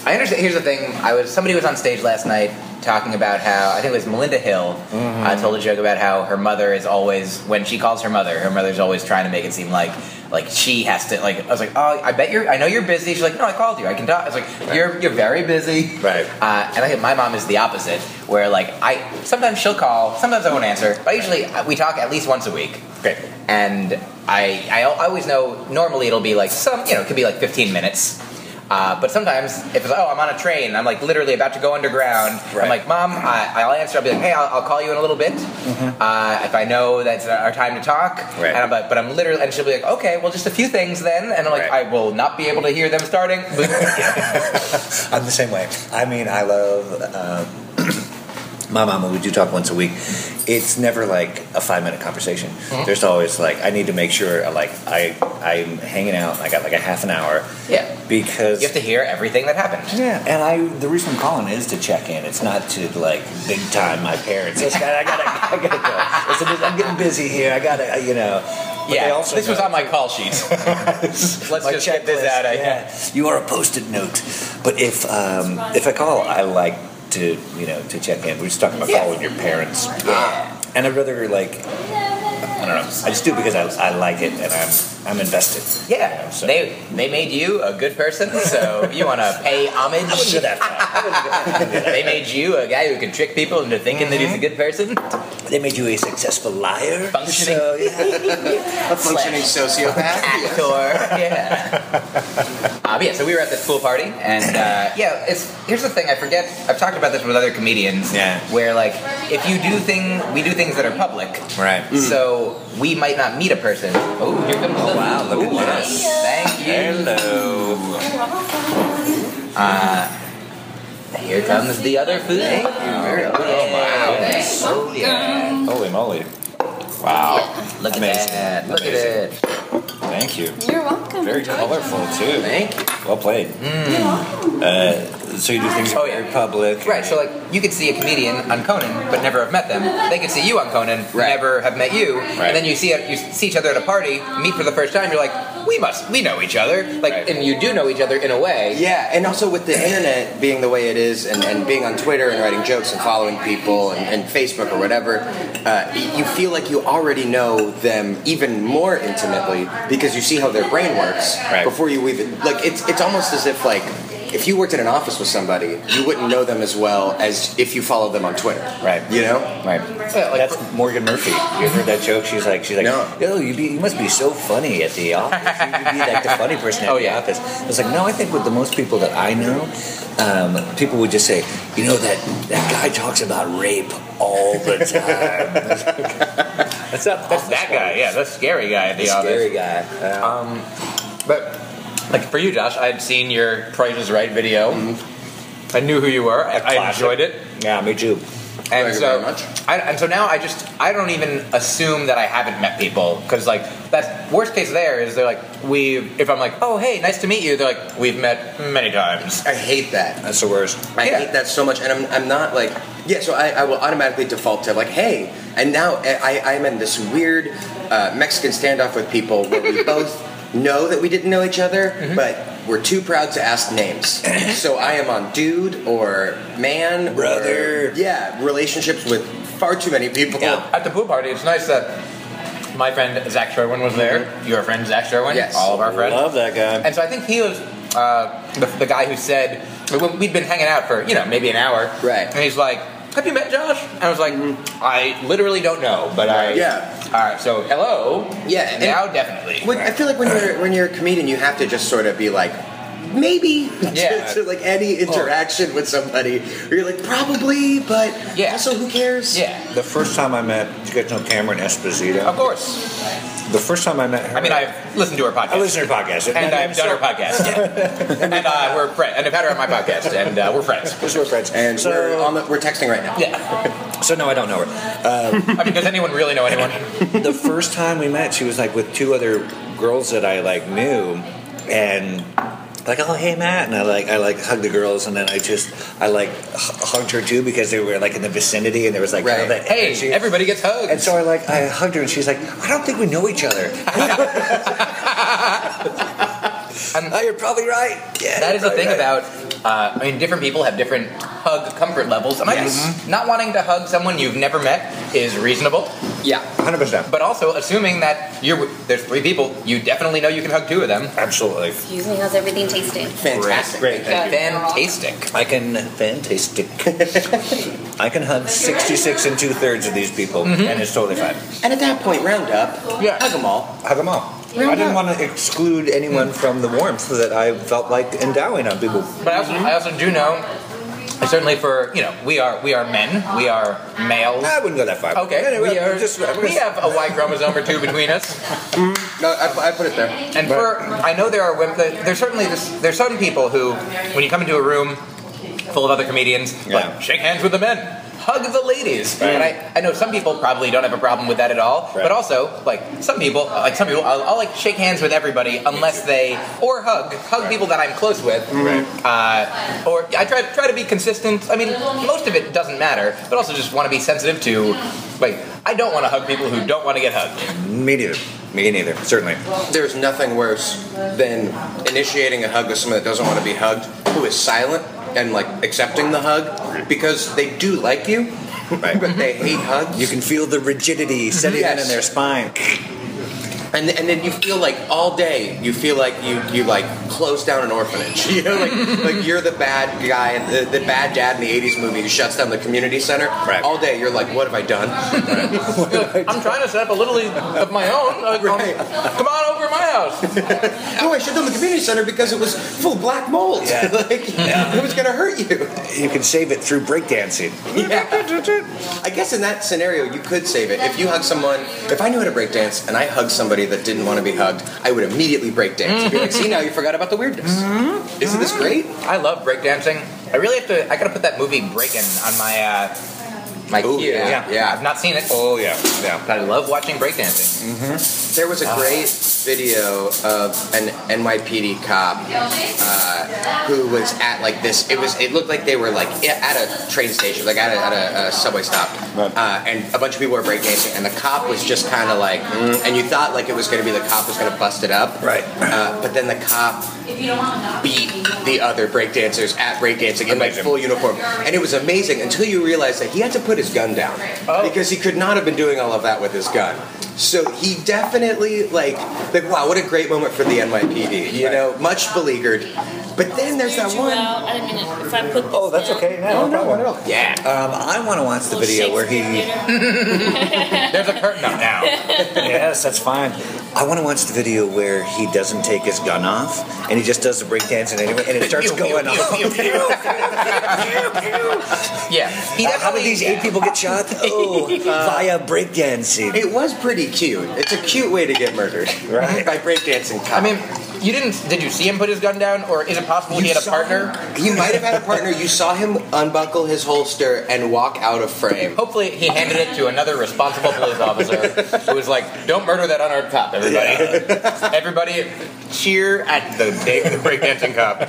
[SPEAKER 10] I understand. Here's the thing. I was somebody was on stage last night talking about how I think it was Melinda Hill uh, told a joke about how her mother is always when she calls her mother, her mother's always trying to make it seem like like she has to like. I was like, oh, I bet you're. I know you're busy. She's like, no, I called you. I can talk. I was like, you're you're very busy. Right. Uh, and I think my mom is the opposite, where like I sometimes she'll call, sometimes I won't answer, but usually uh, we talk at least once a week.
[SPEAKER 12] Great.
[SPEAKER 10] And I, I al- I always know normally it'll be like some, you know, it could be like 15 minutes. Uh, but sometimes if it's, oh, I'm on a train, I'm like literally about to go underground. I'm like, mom, I, I'll answer. I'll be like, hey, I'll, I'll call you in a little bit. Uh, if I know that's our time to talk.
[SPEAKER 12] Mm-hmm. Right.
[SPEAKER 10] And I'm like, but I'm literally, and she'll be like, okay, well, just a few things then. And I'm like, I will not be able to hear them starting.
[SPEAKER 12] I'm the same way. I mean, I love um, my mama. We do talk once a week. It's never like a five minute conversation.
[SPEAKER 10] Mhm.
[SPEAKER 12] There's always like I need to make sure like I I'm hanging out. I got like a half an hour
[SPEAKER 10] yeah.
[SPEAKER 12] because
[SPEAKER 10] You have to hear everything that happened.
[SPEAKER 12] Yeah, and I the reason I'm calling is to check in. It's not to like big time my parents. It's gotta, I gotta, I gotta go. It's a, I'm getting busy here. I gotta, you know. But
[SPEAKER 10] yeah,
[SPEAKER 12] they also
[SPEAKER 10] this was
[SPEAKER 12] know-
[SPEAKER 10] on my call sheet. Let's just get this out. I-
[SPEAKER 12] yeah. You are a post-it note, but if um, if I call, I like to you know to check in. We're just talking about
[SPEAKER 10] Yeah.
[SPEAKER 12] calling your parents. Yeah, and I'd rather like I don't know. I just do it because I, I like it and I'm I'm invested.
[SPEAKER 10] Yeah, they they made you a good person, so you want to pay homage. they made you a guy who can trick people into thinking that he's a good person.
[SPEAKER 12] They made you a successful liar,
[SPEAKER 10] functioning,
[SPEAKER 15] A functioning sociopath.
[SPEAKER 10] actor. Yeah. Um, yeah. So we were at this pool party, and uh, yeah, it's here's the thing. I forget. I've talked about this with other comedians. Yeah. Where like, if you do thing, we do things that are public.
[SPEAKER 12] Right.
[SPEAKER 10] So we might not meet a person. Mm. Oh, here comes the wow! Look at this. Thank you. Hello. Uh, here comes the other food. Thank you very much. Oh, yeah.
[SPEAKER 12] Holy moly! Wow.
[SPEAKER 10] Look at that. Look at it.
[SPEAKER 12] Thank you.
[SPEAKER 1] You're welcome.
[SPEAKER 12] Very colorful too.
[SPEAKER 10] Thank you.
[SPEAKER 12] Well played. Uh, so you do things
[SPEAKER 10] Oh,
[SPEAKER 12] that are very public.
[SPEAKER 10] Right, so like you could see a comedian on Conan, but never have met them. They could see you on Conan, never have met you, and then you see uh, you see each other at a party, meet for the first time. You're like, we must, we know each other, like, and you do know each other in a way.
[SPEAKER 15] Yeah, and also with the internet being the way it is, and, and being on Twitter and writing jokes and following people and, and Facebook or whatever, uh, y- you feel like you already know them even more intimately because you see how their brain works before you even like. It's it's almost as if like if you worked in an office with somebody, you wouldn't know them as well as if you follow them on Twitter.
[SPEAKER 12] Right.
[SPEAKER 15] You know.
[SPEAKER 12] Right. That's Morgan Murphy. You ever heard that joke? She's like, she's like, yo, you, be, you must be so funny at the office. You'd be like the funny person at the office. I was like, no, I think with the most people that I know, um, people would just say, you know, that, that guy talks about rape all the time.
[SPEAKER 10] That's that, that's that guy. Yeah, that's scary guy at the,
[SPEAKER 12] The
[SPEAKER 10] office.
[SPEAKER 12] scary guy.
[SPEAKER 10] Um, but like for you, Josh, I had seen your Price is Right video. I knew who you were. I, I enjoyed it.
[SPEAKER 12] Yeah, me too. Thank
[SPEAKER 10] And
[SPEAKER 12] you
[SPEAKER 10] so,
[SPEAKER 12] very much.
[SPEAKER 10] I, and so now I just I don't even assume that I haven't met people because like that's worst case there is they're like we if I'm like oh hey nice to meet you they're like we've met many times.
[SPEAKER 15] I hate that.
[SPEAKER 12] That's the worst.
[SPEAKER 15] I hate that so much, and I'm, I'm not like yeah. So I, I will automatically default to like hey, and now I, I- I'm in this weird uh, Mexican standoff with people where we both know that we didn't know each other, but we're too proud to ask names. so I am on dude or man, or-
[SPEAKER 12] Brother.
[SPEAKER 15] yeah, relationships with far too many people.
[SPEAKER 10] At the pool party, it's nice that my friend Zach Sherwin was there. Your friend Zach Sherwin.
[SPEAKER 15] Mm-hmm. Yes.
[SPEAKER 10] All of our friends.
[SPEAKER 15] Love
[SPEAKER 12] that guy.
[SPEAKER 10] And so I think he was uh, the, the guy who said we- we'd been hanging out for you know maybe an hour. Right. And he's like, "Have you met Josh?" And I was like, "I literally don't know, but I
[SPEAKER 15] Mm-hmm. Yeah.
[SPEAKER 10] All right. So hello.
[SPEAKER 15] Yeah, and-
[SPEAKER 10] Now definitely.
[SPEAKER 15] When, I feel like when you're when you're a comedian, you have to just sort of be like, maybe.
[SPEAKER 10] Yeah.
[SPEAKER 15] to, like any interaction with somebody, where you're like, probably, but yeah. also who cares?
[SPEAKER 10] Yeah.
[SPEAKER 12] The first time I met, you guys know Cameron Esposito. Of
[SPEAKER 10] course.
[SPEAKER 12] The first time I met her,
[SPEAKER 10] I mean, I've listened to her podcast.
[SPEAKER 12] I listened to her podcast,
[SPEAKER 10] and I've done her podcast, Yeah. and uh, we're friends. And I've had her on my podcast, and uh, we're friends.
[SPEAKER 12] Because we're friends, and
[SPEAKER 15] we're, on the, we're texting right now.
[SPEAKER 10] Yeah.
[SPEAKER 12] So no, I don't know her. Um,
[SPEAKER 10] I mean, does anyone really know anyone?
[SPEAKER 12] the first time we met, she was like with two other girls that I like knew, and like, oh hey Matt, and I like I like hugged the girls, and then I just I like h- hugged her too because they were like in the vicinity, and there was like kind of that
[SPEAKER 10] Hey,
[SPEAKER 12] energy.
[SPEAKER 10] everybody gets hugged.
[SPEAKER 12] And so I like I hugged her, and she's like, I don't think we know each other.
[SPEAKER 10] oh,
[SPEAKER 12] you're probably right. Yeah,
[SPEAKER 10] that is the
[SPEAKER 12] probably
[SPEAKER 10] thing
[SPEAKER 12] right.
[SPEAKER 10] about. Uh, I mean, different people have different hug comfort levels, and I think not wanting to hug someone you've never met is reasonable.
[SPEAKER 15] Yeah,
[SPEAKER 12] hundred percent.
[SPEAKER 10] But also assuming that you're there's three people, you definitely know you can hug two of them.
[SPEAKER 12] Absolutely.
[SPEAKER 1] Excuse me, how's everything tasting?
[SPEAKER 12] Fantastic. Great.
[SPEAKER 1] Thank you.
[SPEAKER 10] Fantastic.
[SPEAKER 12] I can fantastic. I can hug sixty-six and two-thirds of these people,
[SPEAKER 10] Mm-hmm.
[SPEAKER 15] Mhm.
[SPEAKER 12] and it's totally fine.
[SPEAKER 15] And at that point, round up. Yeah. Hug them all.
[SPEAKER 12] Hug them all.
[SPEAKER 15] Yeah.
[SPEAKER 12] I didn't want to exclude anyone
[SPEAKER 10] Mm.
[SPEAKER 12] from the warmth that I felt like endowing on people.
[SPEAKER 10] But I also, I also do know, and certainly for you know, we are we are men, we are males. I
[SPEAKER 12] wouldn't go that far.
[SPEAKER 10] Okay,
[SPEAKER 12] Ah, Anyway,
[SPEAKER 10] we are.
[SPEAKER 12] just- I'm
[SPEAKER 10] we
[SPEAKER 12] just-
[SPEAKER 10] have a Y chromosome or two between us.
[SPEAKER 15] No, I, I put it there.
[SPEAKER 10] And for I know there are women. There's certainly this, there's some people who, when you come into a room full of other comedians, like shake hands with the men. Hug the ladies, and I, I know some people probably don't have a problem with that at all. But also, like some people, like some people, I'll, I'll like shake hands with everybody unless they or hug hug people that I'm close with.
[SPEAKER 12] Right.
[SPEAKER 10] Uh, or I try try to be consistent. I mean, most of it doesn't matter, but also just want to be sensitive to, like I don't want to hug people who don't want to get hugged.
[SPEAKER 12] Me neither. Me neither. Certainly.
[SPEAKER 15] There's nothing worse than initiating a hug with someone that doesn't want to be hugged, who is silent and like accepting the hug because they do like you, but they hate hugs.
[SPEAKER 12] You can feel the rigidity
[SPEAKER 10] Mm-hmm.
[SPEAKER 12] setting in in their spine.
[SPEAKER 15] And, and then you feel like all day you feel like you you like close down an orphanage. You know, like like you're the bad guy, the, the bad dad in the '80s movie who shuts down the community center. Right. All day you're like, what have I done?
[SPEAKER 10] I'm trying to set up a little league of my own. Like, um, Come on over to my house.
[SPEAKER 15] oh, I shut down the community center because it was full of black mold.
[SPEAKER 12] Yeah.
[SPEAKER 15] like, it was gonna hurt you.
[SPEAKER 12] You can save it through breakdancing.
[SPEAKER 15] Yeah. I guess in that scenario, you could save it. If you hug someone, if I knew how to breakdance and I hugged somebody that didn't want to be hugged, I would immediately breakdance. You'd Be like, see, now you forgot about the weirdness.
[SPEAKER 12] Mm-hmm.
[SPEAKER 15] Isn't this great?
[SPEAKER 10] I love breakdancing. I really have to. I gotta put that movie Breakin' on my uh, my
[SPEAKER 15] Ooh,
[SPEAKER 10] queue.
[SPEAKER 15] yeah, yeah.
[SPEAKER 10] I've not seen it.
[SPEAKER 12] Oh yeah, yeah.
[SPEAKER 10] But I love watching breakdancing.
[SPEAKER 15] Mm-hmm. There was a great video of an NYPD cop uh, who was at like this. It was. It looked like they were like i- at a train station, like at a, at a, uh subway stop, uh, and a bunch of people were breakdancing, and the cop was just kind of like, mm, and you thought like it was going to be the cop was going to bust it up, right? Uh, but then the cop beat the other breakdancers at breakdancing in like full uniform. And it was amazing until you realized that he had to put his gun down because he could not have been doing all of that with his gun. So he definitely like like wow, what a great moment for the NYPD. You know, much beleaguered. But then there's that one.
[SPEAKER 1] I mean, if I put
[SPEAKER 12] Oh, that's okay. No, no, problem at all.
[SPEAKER 15] Yeah.
[SPEAKER 12] Um, I want to watch the video where he.
[SPEAKER 10] There's a curtain up now.
[SPEAKER 12] yes, that's fine. I want to watch the video where he doesn't take his gun off and he just does the breakdancing anyway, and it starts going off.
[SPEAKER 10] Yeah.
[SPEAKER 12] Uh, how did these eight people get shot? Oh, via breakdancing.
[SPEAKER 15] It was pretty cute. It's a cute way to get murdered, right? By breakdancing.
[SPEAKER 10] I
[SPEAKER 15] Cop.
[SPEAKER 10] mean, you didn't? Did you see him put his gun down, or is it possible he had a partner?
[SPEAKER 15] He might have had a partner. You saw him unbuckle his holster and walk out of frame.
[SPEAKER 10] Hopefully, he handed it to another responsible police officer who was like, "Don't murder that unarmed cop, everybody! everybody, cheer at the, the breakdancing cop."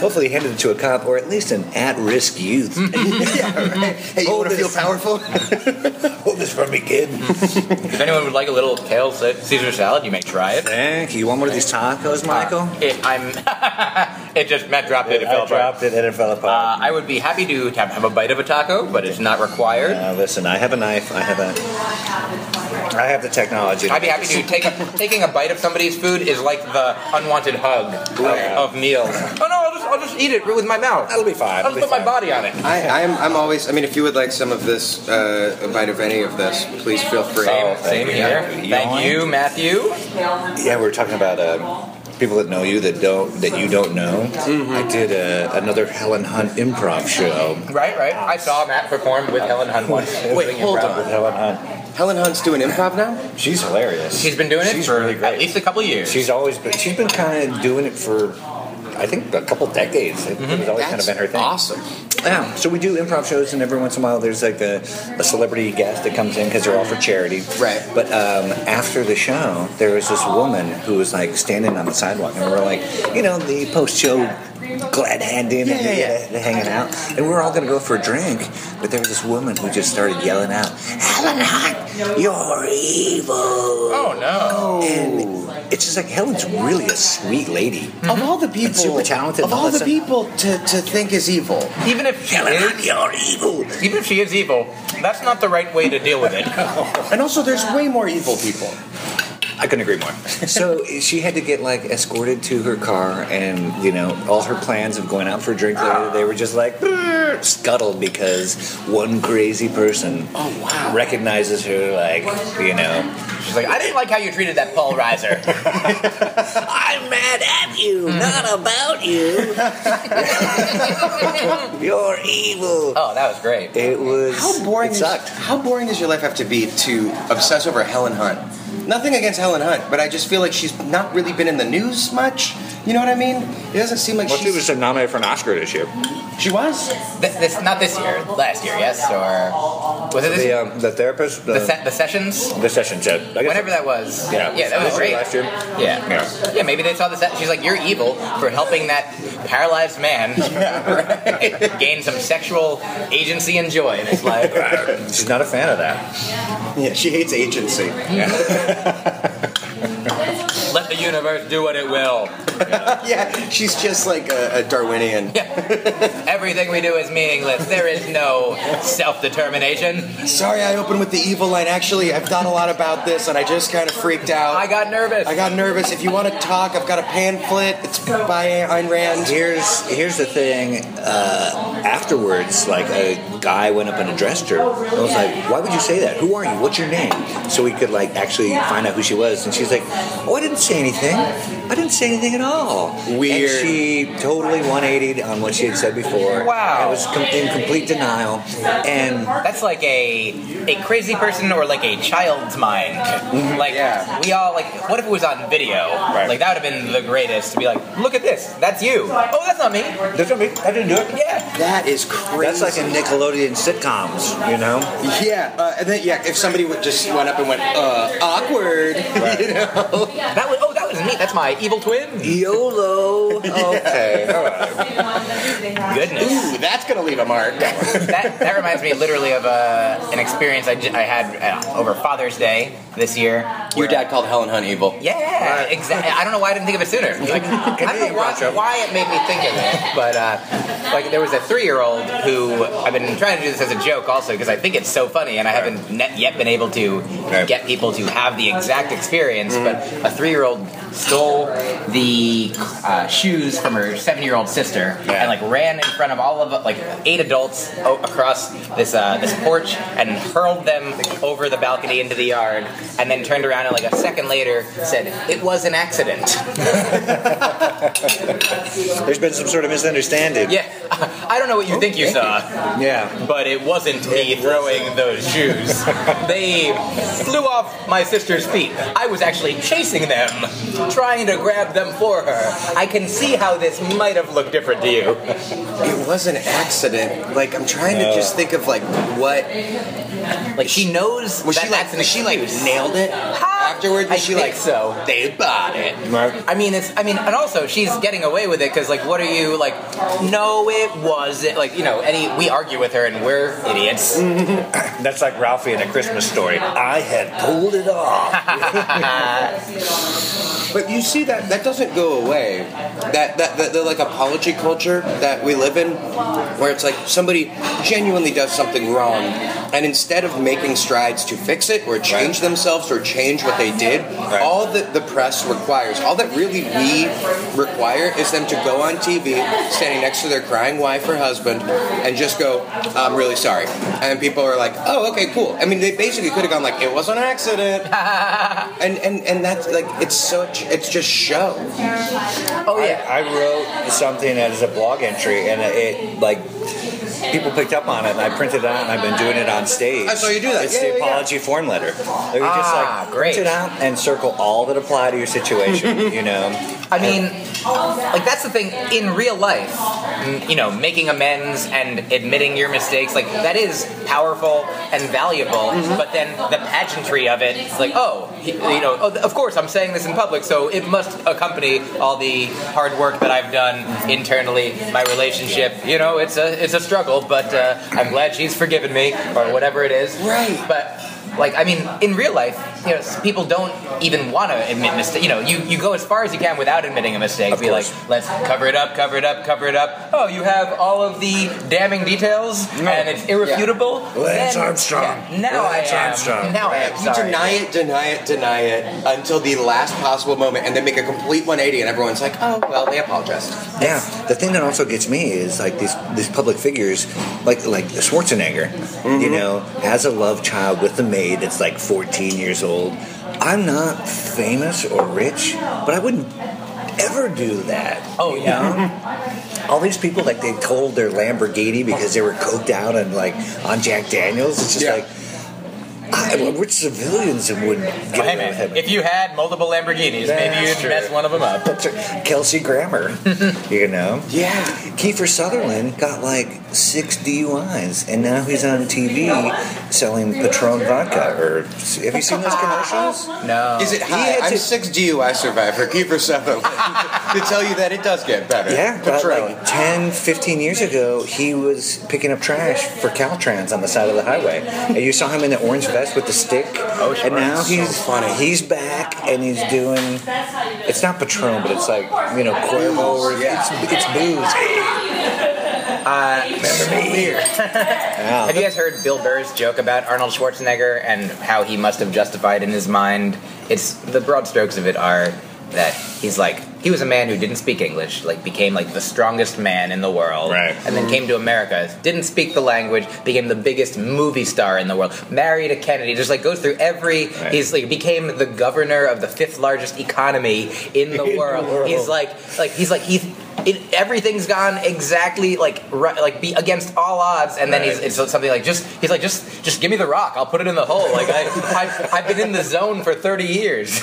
[SPEAKER 12] Hopefully, handed it to a cop or at least an at-risk youth.
[SPEAKER 10] Mm.
[SPEAKER 15] Hey, Oh, you want to feel powerful?
[SPEAKER 12] Hold this for me, kid.
[SPEAKER 10] Mm. If anyone would like a little kale sa- Caesar salad, you may try it. Uh,
[SPEAKER 12] Thank you. Want one of these tacos, Michael?
[SPEAKER 10] it, I'm. It just Matt dropped it. It
[SPEAKER 12] I
[SPEAKER 10] fell apart.
[SPEAKER 12] dropped it and it fell apart.
[SPEAKER 10] Uh, I would be happy to have, have a bite of a taco, but it's not required.
[SPEAKER 12] Uh, listen, I have a knife. I have a. I have the technology.
[SPEAKER 10] I'd be happy to take a, taking a bite of somebody's food is like the unwanted hug of, of meals. Oh no, I'll just I'll just eat it with my mouth.
[SPEAKER 12] That'll be fine.
[SPEAKER 10] I'll just put my body on it.
[SPEAKER 15] I, I'm, I'm always. I mean, if you would like some of this, uh, a bite of any of this, please feel free.
[SPEAKER 12] Oh,
[SPEAKER 10] Same- same here. Oh, Thank you, Matthew.
[SPEAKER 12] Yeah, we were talking about uh, people that know you that don't that you don't know.
[SPEAKER 10] Mm-hmm.
[SPEAKER 12] I did uh, another Helen Hunt improv show.
[SPEAKER 10] Right, right. I saw Matt perform with Helen Hunt once. Doing improv.
[SPEAKER 12] With Helen Hunt.
[SPEAKER 15] Helen Hunt's doing improv now.
[SPEAKER 12] She's hilarious.
[SPEAKER 10] She's been doing it
[SPEAKER 12] She's
[SPEAKER 10] for
[SPEAKER 12] really great.
[SPEAKER 10] at least a couple years.
[SPEAKER 12] She's always been. She's been kind of doing it for, I think, a couple decades. It-
[SPEAKER 10] Mm-hmm.
[SPEAKER 12] It's always kind of been her thing.
[SPEAKER 15] Awesome.
[SPEAKER 12] Yeah. So we do improv shows, and every once in a while, there's like a, a celebrity guest that comes in because they're all for charity. Right. But um, after the show, there was this woman who was like standing on the sidewalk, and we were like, you know, the post-show glad hand in and uh, hanging out, and we were all gonna go for a drink, but there was this woman who just started yelling out, "Helen Hunt, you're evil!" Oh
[SPEAKER 10] no!
[SPEAKER 12] And it's just like Helen's really a sweet lady.
[SPEAKER 15] Of all the people,
[SPEAKER 12] And super talented.
[SPEAKER 15] Of
[SPEAKER 12] and all
[SPEAKER 15] all
[SPEAKER 12] that
[SPEAKER 15] the
[SPEAKER 12] stuff.
[SPEAKER 15] people to, to think is evil,
[SPEAKER 10] Even if she is
[SPEAKER 12] evil,
[SPEAKER 10] even if she is evil, that's not the right way to deal with it.
[SPEAKER 12] Oh.
[SPEAKER 15] and also there's way more evil people.
[SPEAKER 12] I couldn't agree more. so she had to get like escorted to her car, and you know, all her plans of going out for a drink later, they were just like "Brr," scuttled because one crazy person recognizes her, like you know,
[SPEAKER 10] She's like, I didn't like how you treated that Paul Reiser. Hmm.
[SPEAKER 12] I'm mad at you, not about you. You're evil.
[SPEAKER 10] Oh, that was great.
[SPEAKER 12] It was.
[SPEAKER 15] How boring is how boring does your life have to be to obsess over Helen Hunt? Nothing against Helen Hunt, but I just feel like she's not really been in the news much. You know what I mean? It doesn't seem like
[SPEAKER 12] Well, she
[SPEAKER 15] she's.
[SPEAKER 12] was nominated for an Oscar this year.
[SPEAKER 15] She was.
[SPEAKER 10] This, this not this year, last year, yes, or was it this
[SPEAKER 12] the, um, the therapist?
[SPEAKER 10] the, se- the sessions?
[SPEAKER 12] the session said. I guess-
[SPEAKER 10] Whenever that was.
[SPEAKER 12] Yeah,
[SPEAKER 10] that was
[SPEAKER 12] last
[SPEAKER 10] great.
[SPEAKER 12] year, last year.
[SPEAKER 10] Yeah.
[SPEAKER 12] Yeah.
[SPEAKER 10] Yeah, maybe they saw this. She's like, "You're evil for helping that paralyzed man gain some sexual agency and joy in his life."
[SPEAKER 12] She's not a fan of that.
[SPEAKER 15] Yeah, she hates agency.
[SPEAKER 10] Let the universe do what it will.
[SPEAKER 15] yeah, she's just like a, a Darwinian.
[SPEAKER 10] Everything we do is meaningless. There is no self-determination.
[SPEAKER 15] Sorry, I opened with the evil line. Actually, I've thought a lot about this, and I just kind of freaked out. I
[SPEAKER 10] got nervous.
[SPEAKER 15] I got nervous. If you want to talk, I've got a pamphlet. It's by Ayn Rand.
[SPEAKER 12] Here's here's the thing. Uh, afterwards, like a guy went up and addressed her. I was like, "Why would you say that? Who are you? What's your name?" So we could like actually find out who she was. And she's like, "Oh, I didn't say anything. I didn't say anything at all." Weird. And she totally 180 on what she had said before.
[SPEAKER 10] Wow.
[SPEAKER 12] I was com- in complete denial. And
[SPEAKER 10] That's like a a crazy person or like a child's mind.
[SPEAKER 12] Mm-hmm.
[SPEAKER 10] Like we all like. What if it was on video? Like that would have been the greatest to be like, look at this. That's you. Oh, that's not me.
[SPEAKER 12] That's not me. I didn't do it.
[SPEAKER 10] Yeah.
[SPEAKER 15] That is crazy.
[SPEAKER 12] That's like in Nickelodeon sitcoms, you know.
[SPEAKER 15] Yeah, uh, and then yeah, if somebody would just went up and went uh, awkward, you know.
[SPEAKER 10] That was oh, that was me. That's my evil twin.
[SPEAKER 12] YOLO. Okay. All right.
[SPEAKER 10] Goodness.
[SPEAKER 15] Ooh, that's gonna leave a mark.
[SPEAKER 10] that, that reminds me literally of uh, an experience I, j- I had uh, over Father's Day this year.
[SPEAKER 15] Your dad called Helen Hunt evil.
[SPEAKER 10] Yeah, exactly. I don't know why I didn't think of it sooner. Like, I don't know why, why it made me think of it, but uh, like there was a three-year-old who I've been trying to do this as a joke also because I think it's so funny, and I haven't net yet been able to get people to have the exact experience. But a three-year-old stole the uh, shoes from her seven-year-old sister and like ran in front of all of like eight adults o- across this uh, this porch and hurled them over the balcony into the yard, and then turned around and like a second later said it was an accident.
[SPEAKER 12] There's been some sort of misunderstanding.
[SPEAKER 10] Yeah, I don't know what you think you saw,
[SPEAKER 12] Yeah.
[SPEAKER 10] but it wasn't me throwing those shoes. they flew off my sister's feet. I was actually chasing them, trying to grab them for her. I can see how this might have looked different to you.
[SPEAKER 15] It was an accident. Like I'm trying to just think of like what
[SPEAKER 10] Like she knows
[SPEAKER 15] was
[SPEAKER 10] that
[SPEAKER 15] she like?
[SPEAKER 10] that's an
[SPEAKER 15] Was she like
[SPEAKER 10] excuse.
[SPEAKER 15] nailed it afterward?
[SPEAKER 10] I
[SPEAKER 15] Was she
[SPEAKER 10] think
[SPEAKER 15] like
[SPEAKER 10] so.
[SPEAKER 15] They bought it.
[SPEAKER 10] I mean, it's. I mean, and also she's getting away with it because, like, what are you like? No, it wasn't. Like, you know, any we argue with her and we're idiots.
[SPEAKER 12] That's like Ralphie in a Christmas story. I had pulled it off.
[SPEAKER 15] But you see that that doesn't go away. That that, that the like apology culture that we live in, where it's like somebody genuinely does something wrong, and instead of making strides to fix it or change themselves or change what they did, all that the press requires, all that really we require, is them to go on TV, standing next to their crying wife or husband, and just go, "I'm really sorry," and people are like, "Oh, okay, cool." I mean, they basically could have gone like, "It was an accident," and and and that's like it's such it's just show.
[SPEAKER 12] Oh yeah. I, I wrote something as a blog entry, and it like people picked up on it, and I printed it out, and I've been doing it on stage.
[SPEAKER 15] I saw you do that.
[SPEAKER 12] It's
[SPEAKER 15] Yeah,
[SPEAKER 12] the
[SPEAKER 15] yeah, yeah.
[SPEAKER 12] apology form letter. They were just
[SPEAKER 10] Ah,
[SPEAKER 12] like
[SPEAKER 10] great.
[SPEAKER 12] print it out and circle all that apply to your situation. you know.
[SPEAKER 10] I mean, like that's the thing in real life. m- You know, making amends and admitting your mistakes, like that is powerful and valuable. But then the pageantry of it, it's like, oh, he- you know, oh, of course I'm saying this in public, so it must accompany all the hard work that I've done internally, my relationship. You know, it's a it's a struggle, but uh, I'm glad she's forgiven me or whatever it is. Right. But like I mean, in real life, you know, s- people don't even want to admit mistake. You know, you, you go as far as you can without admitting a mistake. Be like, let's cover it up, cover it up, cover it up. Oh, you have all of the damning details, and it's irrefutable.
[SPEAKER 15] Lance
[SPEAKER 10] Then-
[SPEAKER 15] Armstrong.
[SPEAKER 10] yeah, now
[SPEAKER 15] Lance
[SPEAKER 10] I am.
[SPEAKER 15] Armstrong.
[SPEAKER 10] Now I am.
[SPEAKER 15] You
[SPEAKER 10] sorry.
[SPEAKER 15] deny it, deny it, deny it until the last possible moment, and then make a complete 180, and everyone's like, "Oh, well, they apologized."
[SPEAKER 12] Yeah, the thing that also gets me is like these these public figures, like like Schwarzenegger,
[SPEAKER 10] Mm-hmm.
[SPEAKER 12] you know, has a love child with a maid that's like 14 years old. I'm not famous or rich, but I wouldn't ever do that. Oh all these people like they told their Lamborghini because they were coked out and like on Jack Daniels. It's just like, I, we're civilians and wouldn't get
[SPEAKER 10] Hey
[SPEAKER 12] away with
[SPEAKER 10] man,
[SPEAKER 12] it.
[SPEAKER 10] if you had multiple Lamborghinis, maybe
[SPEAKER 12] That's
[SPEAKER 10] you'd
[SPEAKER 12] true.
[SPEAKER 10] mess one of them up.
[SPEAKER 12] Kelsey Grammer, you know. Yeah. Kiefer Sutherland got like six DUIs, and now he's on TV selling Patron vodka. Or have you seen those commercials?
[SPEAKER 10] No.
[SPEAKER 15] Is it?
[SPEAKER 12] He
[SPEAKER 15] Hi,
[SPEAKER 12] had
[SPEAKER 15] I'm
[SPEAKER 12] to-
[SPEAKER 15] six DUI survivor, Keeper Sutherland. to tell you that it does get better.
[SPEAKER 12] Yeah, but
[SPEAKER 15] Patron.
[SPEAKER 12] like 10, 15 years ago, he was picking up trash for Caltrans on the side of the highway. And you saw him in the orange vest with the stick. Oh,
[SPEAKER 15] sure.
[SPEAKER 12] And now
[SPEAKER 15] So
[SPEAKER 12] he's funny. He's back and he's doing. It's not Patron, but it's like, you know, Cuervo. Or, it's, it's booze.
[SPEAKER 10] Uh, Remember me. Have you guys heard Bill Burr's joke about Arnold Schwarzenegger and how he must have justified in his mind? It's the broad strokes of it are that he's like he was a man who didn't speak English, like became like the strongest man in the world, right. and
[SPEAKER 18] Mm-hmm.
[SPEAKER 10] then came to America, didn't speak the language, became the biggest movie star in the world, married a Kennedy, just like goes through every.
[SPEAKER 18] Right.
[SPEAKER 10] He's like became the governor of the fifth largest economy in the
[SPEAKER 18] In the
[SPEAKER 10] world. He's
[SPEAKER 18] world.
[SPEAKER 10] like like he's like he it, everything's gone exactly like right, like be against all odds and then he's
[SPEAKER 18] Right.
[SPEAKER 10] it's something like just he's like just just give me the rock I'll put it in the hole like I I've, I've been in the zone for 30 years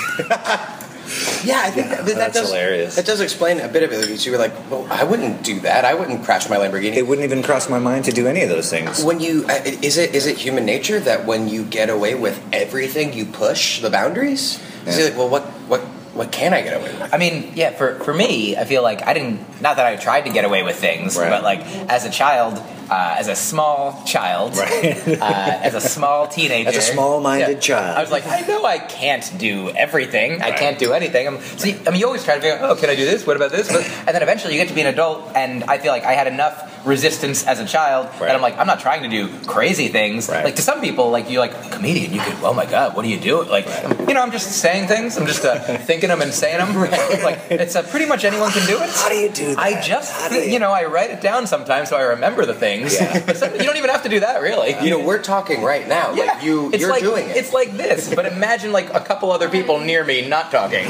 [SPEAKER 15] Yeah, I think that, that
[SPEAKER 10] that's
[SPEAKER 15] does, hilarious. That does explain a bit of it. Because you were like, "Well, I wouldn't do that. I wouldn't crash my Lamborghini." It
[SPEAKER 12] wouldn't even cross my mind to do any of those things.
[SPEAKER 15] When you I- is it is it human nature that when you get away with everything, you push the boundaries? So you're like, "Well, what what what can I get away with?"
[SPEAKER 10] I mean, yeah, for, for me, I feel like I didn't, not that I tried to get away with things, but like as a child, uh, as a small child, uh, as a small teenager,
[SPEAKER 12] As a small-minded child.
[SPEAKER 10] I was like, I know I can't do everything. I can't do anything. I'm, so you, I mean, you always try to figure out, oh, can I do this? What about this? What- And then eventually you get to be an adult, and I feel like I had enough resistance as a child that I'm like, I'm not trying to do crazy things. Like to some people, like you, like comedian, you could, oh my god, what do you do? Like, you know, I'm just saying things. I'm just uh, thinking them and saying them. like it's uh, pretty much anyone can do it. How
[SPEAKER 12] do you do? That?
[SPEAKER 10] I just, thi- you know, I write it down sometimes so I remember the things. But some- you don't even have to do that, really.
[SPEAKER 15] You know, we're talking right now.
[SPEAKER 10] Yeah.
[SPEAKER 15] Like you,
[SPEAKER 10] It's
[SPEAKER 15] you're
[SPEAKER 10] like-
[SPEAKER 15] doing it.
[SPEAKER 10] It's like this, but imagine like a couple other people near me not talking.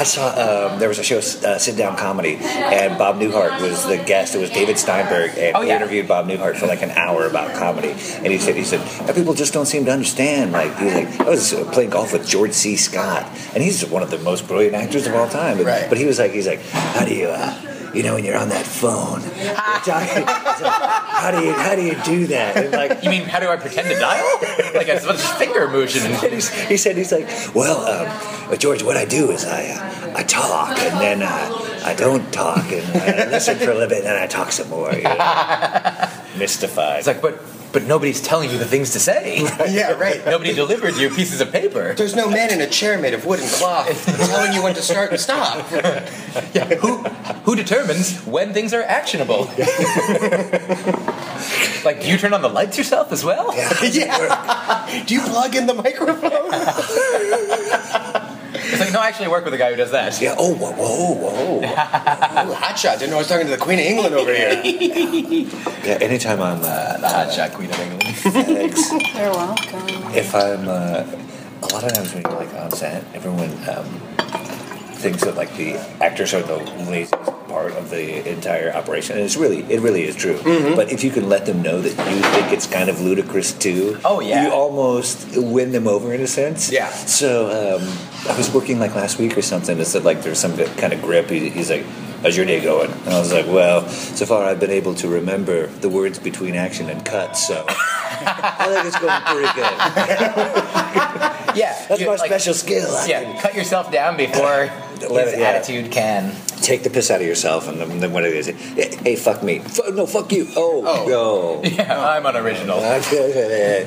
[SPEAKER 12] I saw um, there was a show, uh, sit down comedy, and Bob Newhart was the guest. It was David Steinberg, and
[SPEAKER 10] Oh, yeah.
[SPEAKER 12] he interviewed Bob Newhart for like an hour about comedy. And he said, he said, "Now people just don't seem to understand. Like, he's like, I was uh, playing golf with George C. Scott, and he's one of the most brilliant actors of all time. But, but he was like, he's like, how do you, uh, you know, when you're on that phone, you're talking- he's like, how do you, how do you do that? And like,
[SPEAKER 10] you mean how do I pretend to dial? Like it's a finger motion.
[SPEAKER 12] And he's, he said, he's like, well, um, George, what I do is I, uh, I talk and then uh, I don't talk and I listen for a little bit and then I talk some more. you know? Mystified. It's
[SPEAKER 10] like, but but nobody's telling you the things to say.
[SPEAKER 15] Yeah, right.
[SPEAKER 10] Nobody delivered you pieces of paper.
[SPEAKER 15] There's no man in a chair made of wood and cloth telling you when to start and stop.
[SPEAKER 10] Yeah, who who determines when things are actionable? like, do you turn on the lights yourself as well?
[SPEAKER 15] yeah. Do you plug in the microphone?
[SPEAKER 10] It's like, no, I actually work with a guy who does that.
[SPEAKER 12] Yeah. Oh, whoa, whoa, whoa.
[SPEAKER 15] Ooh, hot shot. Didn't know I was talking to the Queen of England over here.
[SPEAKER 12] Yeah, anytime I'm uh, the
[SPEAKER 10] Ah,
[SPEAKER 12] hot shot queen of England. Thanks.
[SPEAKER 13] You're welcome.
[SPEAKER 12] If I'm uh, a lot of times when you're like on set, everyone um, thinks that like the actors are the laziest part of the entire operation, and it's really it really is true.
[SPEAKER 16] Mhm.
[SPEAKER 12] But if you can let them know that you think it's kind of ludicrous too,
[SPEAKER 16] Oh, yeah.
[SPEAKER 12] you almost win them over in a sense. Yeah. So um, I was working like last week or something. It said like there's some good kind of grip. He, he's like. How's your day going? And I was like, well, so far I've been able to remember the words between action and cut, so I think it's going pretty good.
[SPEAKER 10] Yeah,
[SPEAKER 12] that's my
[SPEAKER 10] special
[SPEAKER 12] skill.
[SPEAKER 10] Yeah, cut yourself down before his
[SPEAKER 12] Let it- yeah.
[SPEAKER 10] attitude can.
[SPEAKER 12] Take the piss out of yourself, and then, then what it is? Hey, fuck me. F- no, fuck you. Oh, no.
[SPEAKER 10] Yeah, I'm unoriginal.
[SPEAKER 15] Did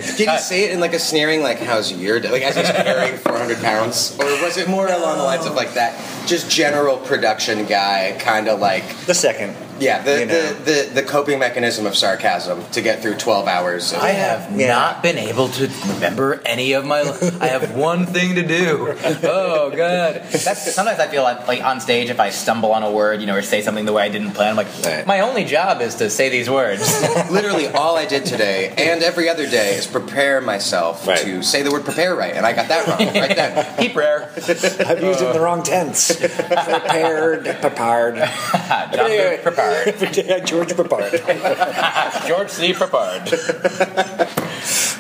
[SPEAKER 15] he say it in like a sneering, like "How's your day?" Like as he's carrying 400 pounds, or was it more along the lines of like that, just general production guy, kind of like
[SPEAKER 12] the second?
[SPEAKER 15] Yeah, the,
[SPEAKER 10] you know.
[SPEAKER 15] the, the the coping mechanism of sarcasm to get through 12 hours. Of
[SPEAKER 10] I have not been able to remember any of my. I have one thing to do. Oh god. That's, sometimes I feel like, like on stage if I stumble on a word, you know, or say something the way I didn't plan. I'm like, my only job is to say these words.
[SPEAKER 15] Literally, all I did today and every other day is prepare myself to say the word prepare right, and I got that wrong right then.
[SPEAKER 10] Keep rare.
[SPEAKER 12] I've used it in the wrong tense. Prepared, prepared.
[SPEAKER 10] John
[SPEAKER 12] prepared. George prepared.
[SPEAKER 10] George C. Prepared.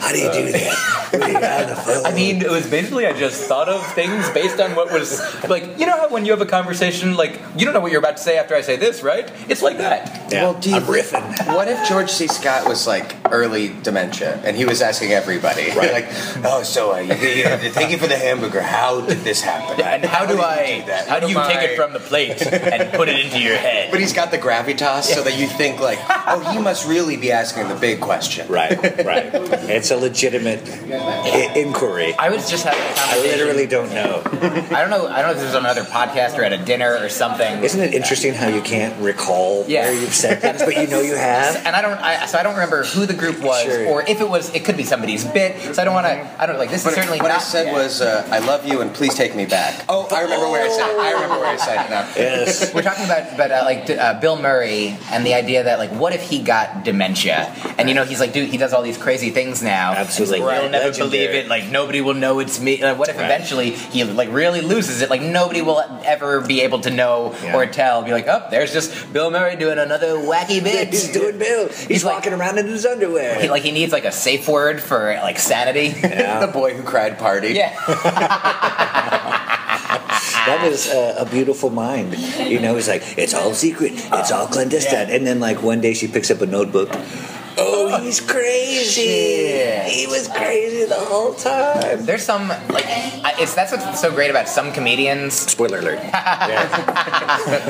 [SPEAKER 12] How do you do that?
[SPEAKER 10] I mean, it was basically I just thought of things based on what was like. You know how when you have a conversation, like you don't know what you're about to say after I say this, right? It's like that.
[SPEAKER 15] Well, do you, What if George C. Scott was like early dementia and he was asking everybody,
[SPEAKER 10] Right.
[SPEAKER 15] like, "Oh, so uh, you, you, thank you for the hamburger. How did this happen?
[SPEAKER 10] And how do I?
[SPEAKER 15] that?
[SPEAKER 10] How do you
[SPEAKER 15] How do
[SPEAKER 10] take it
[SPEAKER 15] I-
[SPEAKER 10] from the plate and put it into your head?
[SPEAKER 15] But he's got the gravitas so that you think like, oh, he must really be asking the big question.
[SPEAKER 12] Right, right. it's a legitimate i- inquiry.
[SPEAKER 10] I was just having a conversation.
[SPEAKER 12] I literally don't know.
[SPEAKER 10] I don't know. I don't know if this was on another podcast or at a dinner or something.
[SPEAKER 12] Isn't it interesting how you can't recall
[SPEAKER 10] Yeah.
[SPEAKER 12] where you've said things, but you know you have?
[SPEAKER 10] And I don't. I, so I don't remember who the group was,
[SPEAKER 12] Sure.
[SPEAKER 10] or if it was. It could be somebody's bit. So I don't want to. I don't like this.
[SPEAKER 15] But
[SPEAKER 10] is certainly
[SPEAKER 15] what
[SPEAKER 10] not.
[SPEAKER 15] I said was, uh, "I love you and please take me back." Oh, I remember where I said. it. I remember where I said it now.
[SPEAKER 12] Yes.
[SPEAKER 10] We're talking about, about uh, like d- uh, Bill Murray and the idea that like, what if he got dementia? And you know, he's like, dude, he does all these crazy things now. Absolutely, like,
[SPEAKER 12] Right,
[SPEAKER 10] you'll never
[SPEAKER 12] legendary.
[SPEAKER 10] believe it. Like nobody will know it's me. Like, what if eventually he like really loses it? Like nobody will ever be able to know or tell. Be like, oh, there's just Bill Murray doing another wacky bit.
[SPEAKER 12] He's doing Bill. He's, walking around in his underwear.
[SPEAKER 10] He, like he needs like a safe word for like sanity.
[SPEAKER 12] Yeah.
[SPEAKER 15] the boy who cried party.
[SPEAKER 10] Yeah.
[SPEAKER 12] that was uh, a beautiful mind. You know, he's like, it's all secret, it's all clandestine. And then, like, one day she picks up a notebook. Oh, he's crazy. He was crazy the whole time.
[SPEAKER 10] There's some like I, it's that's what's so great about some comedians.
[SPEAKER 12] Spoiler alert.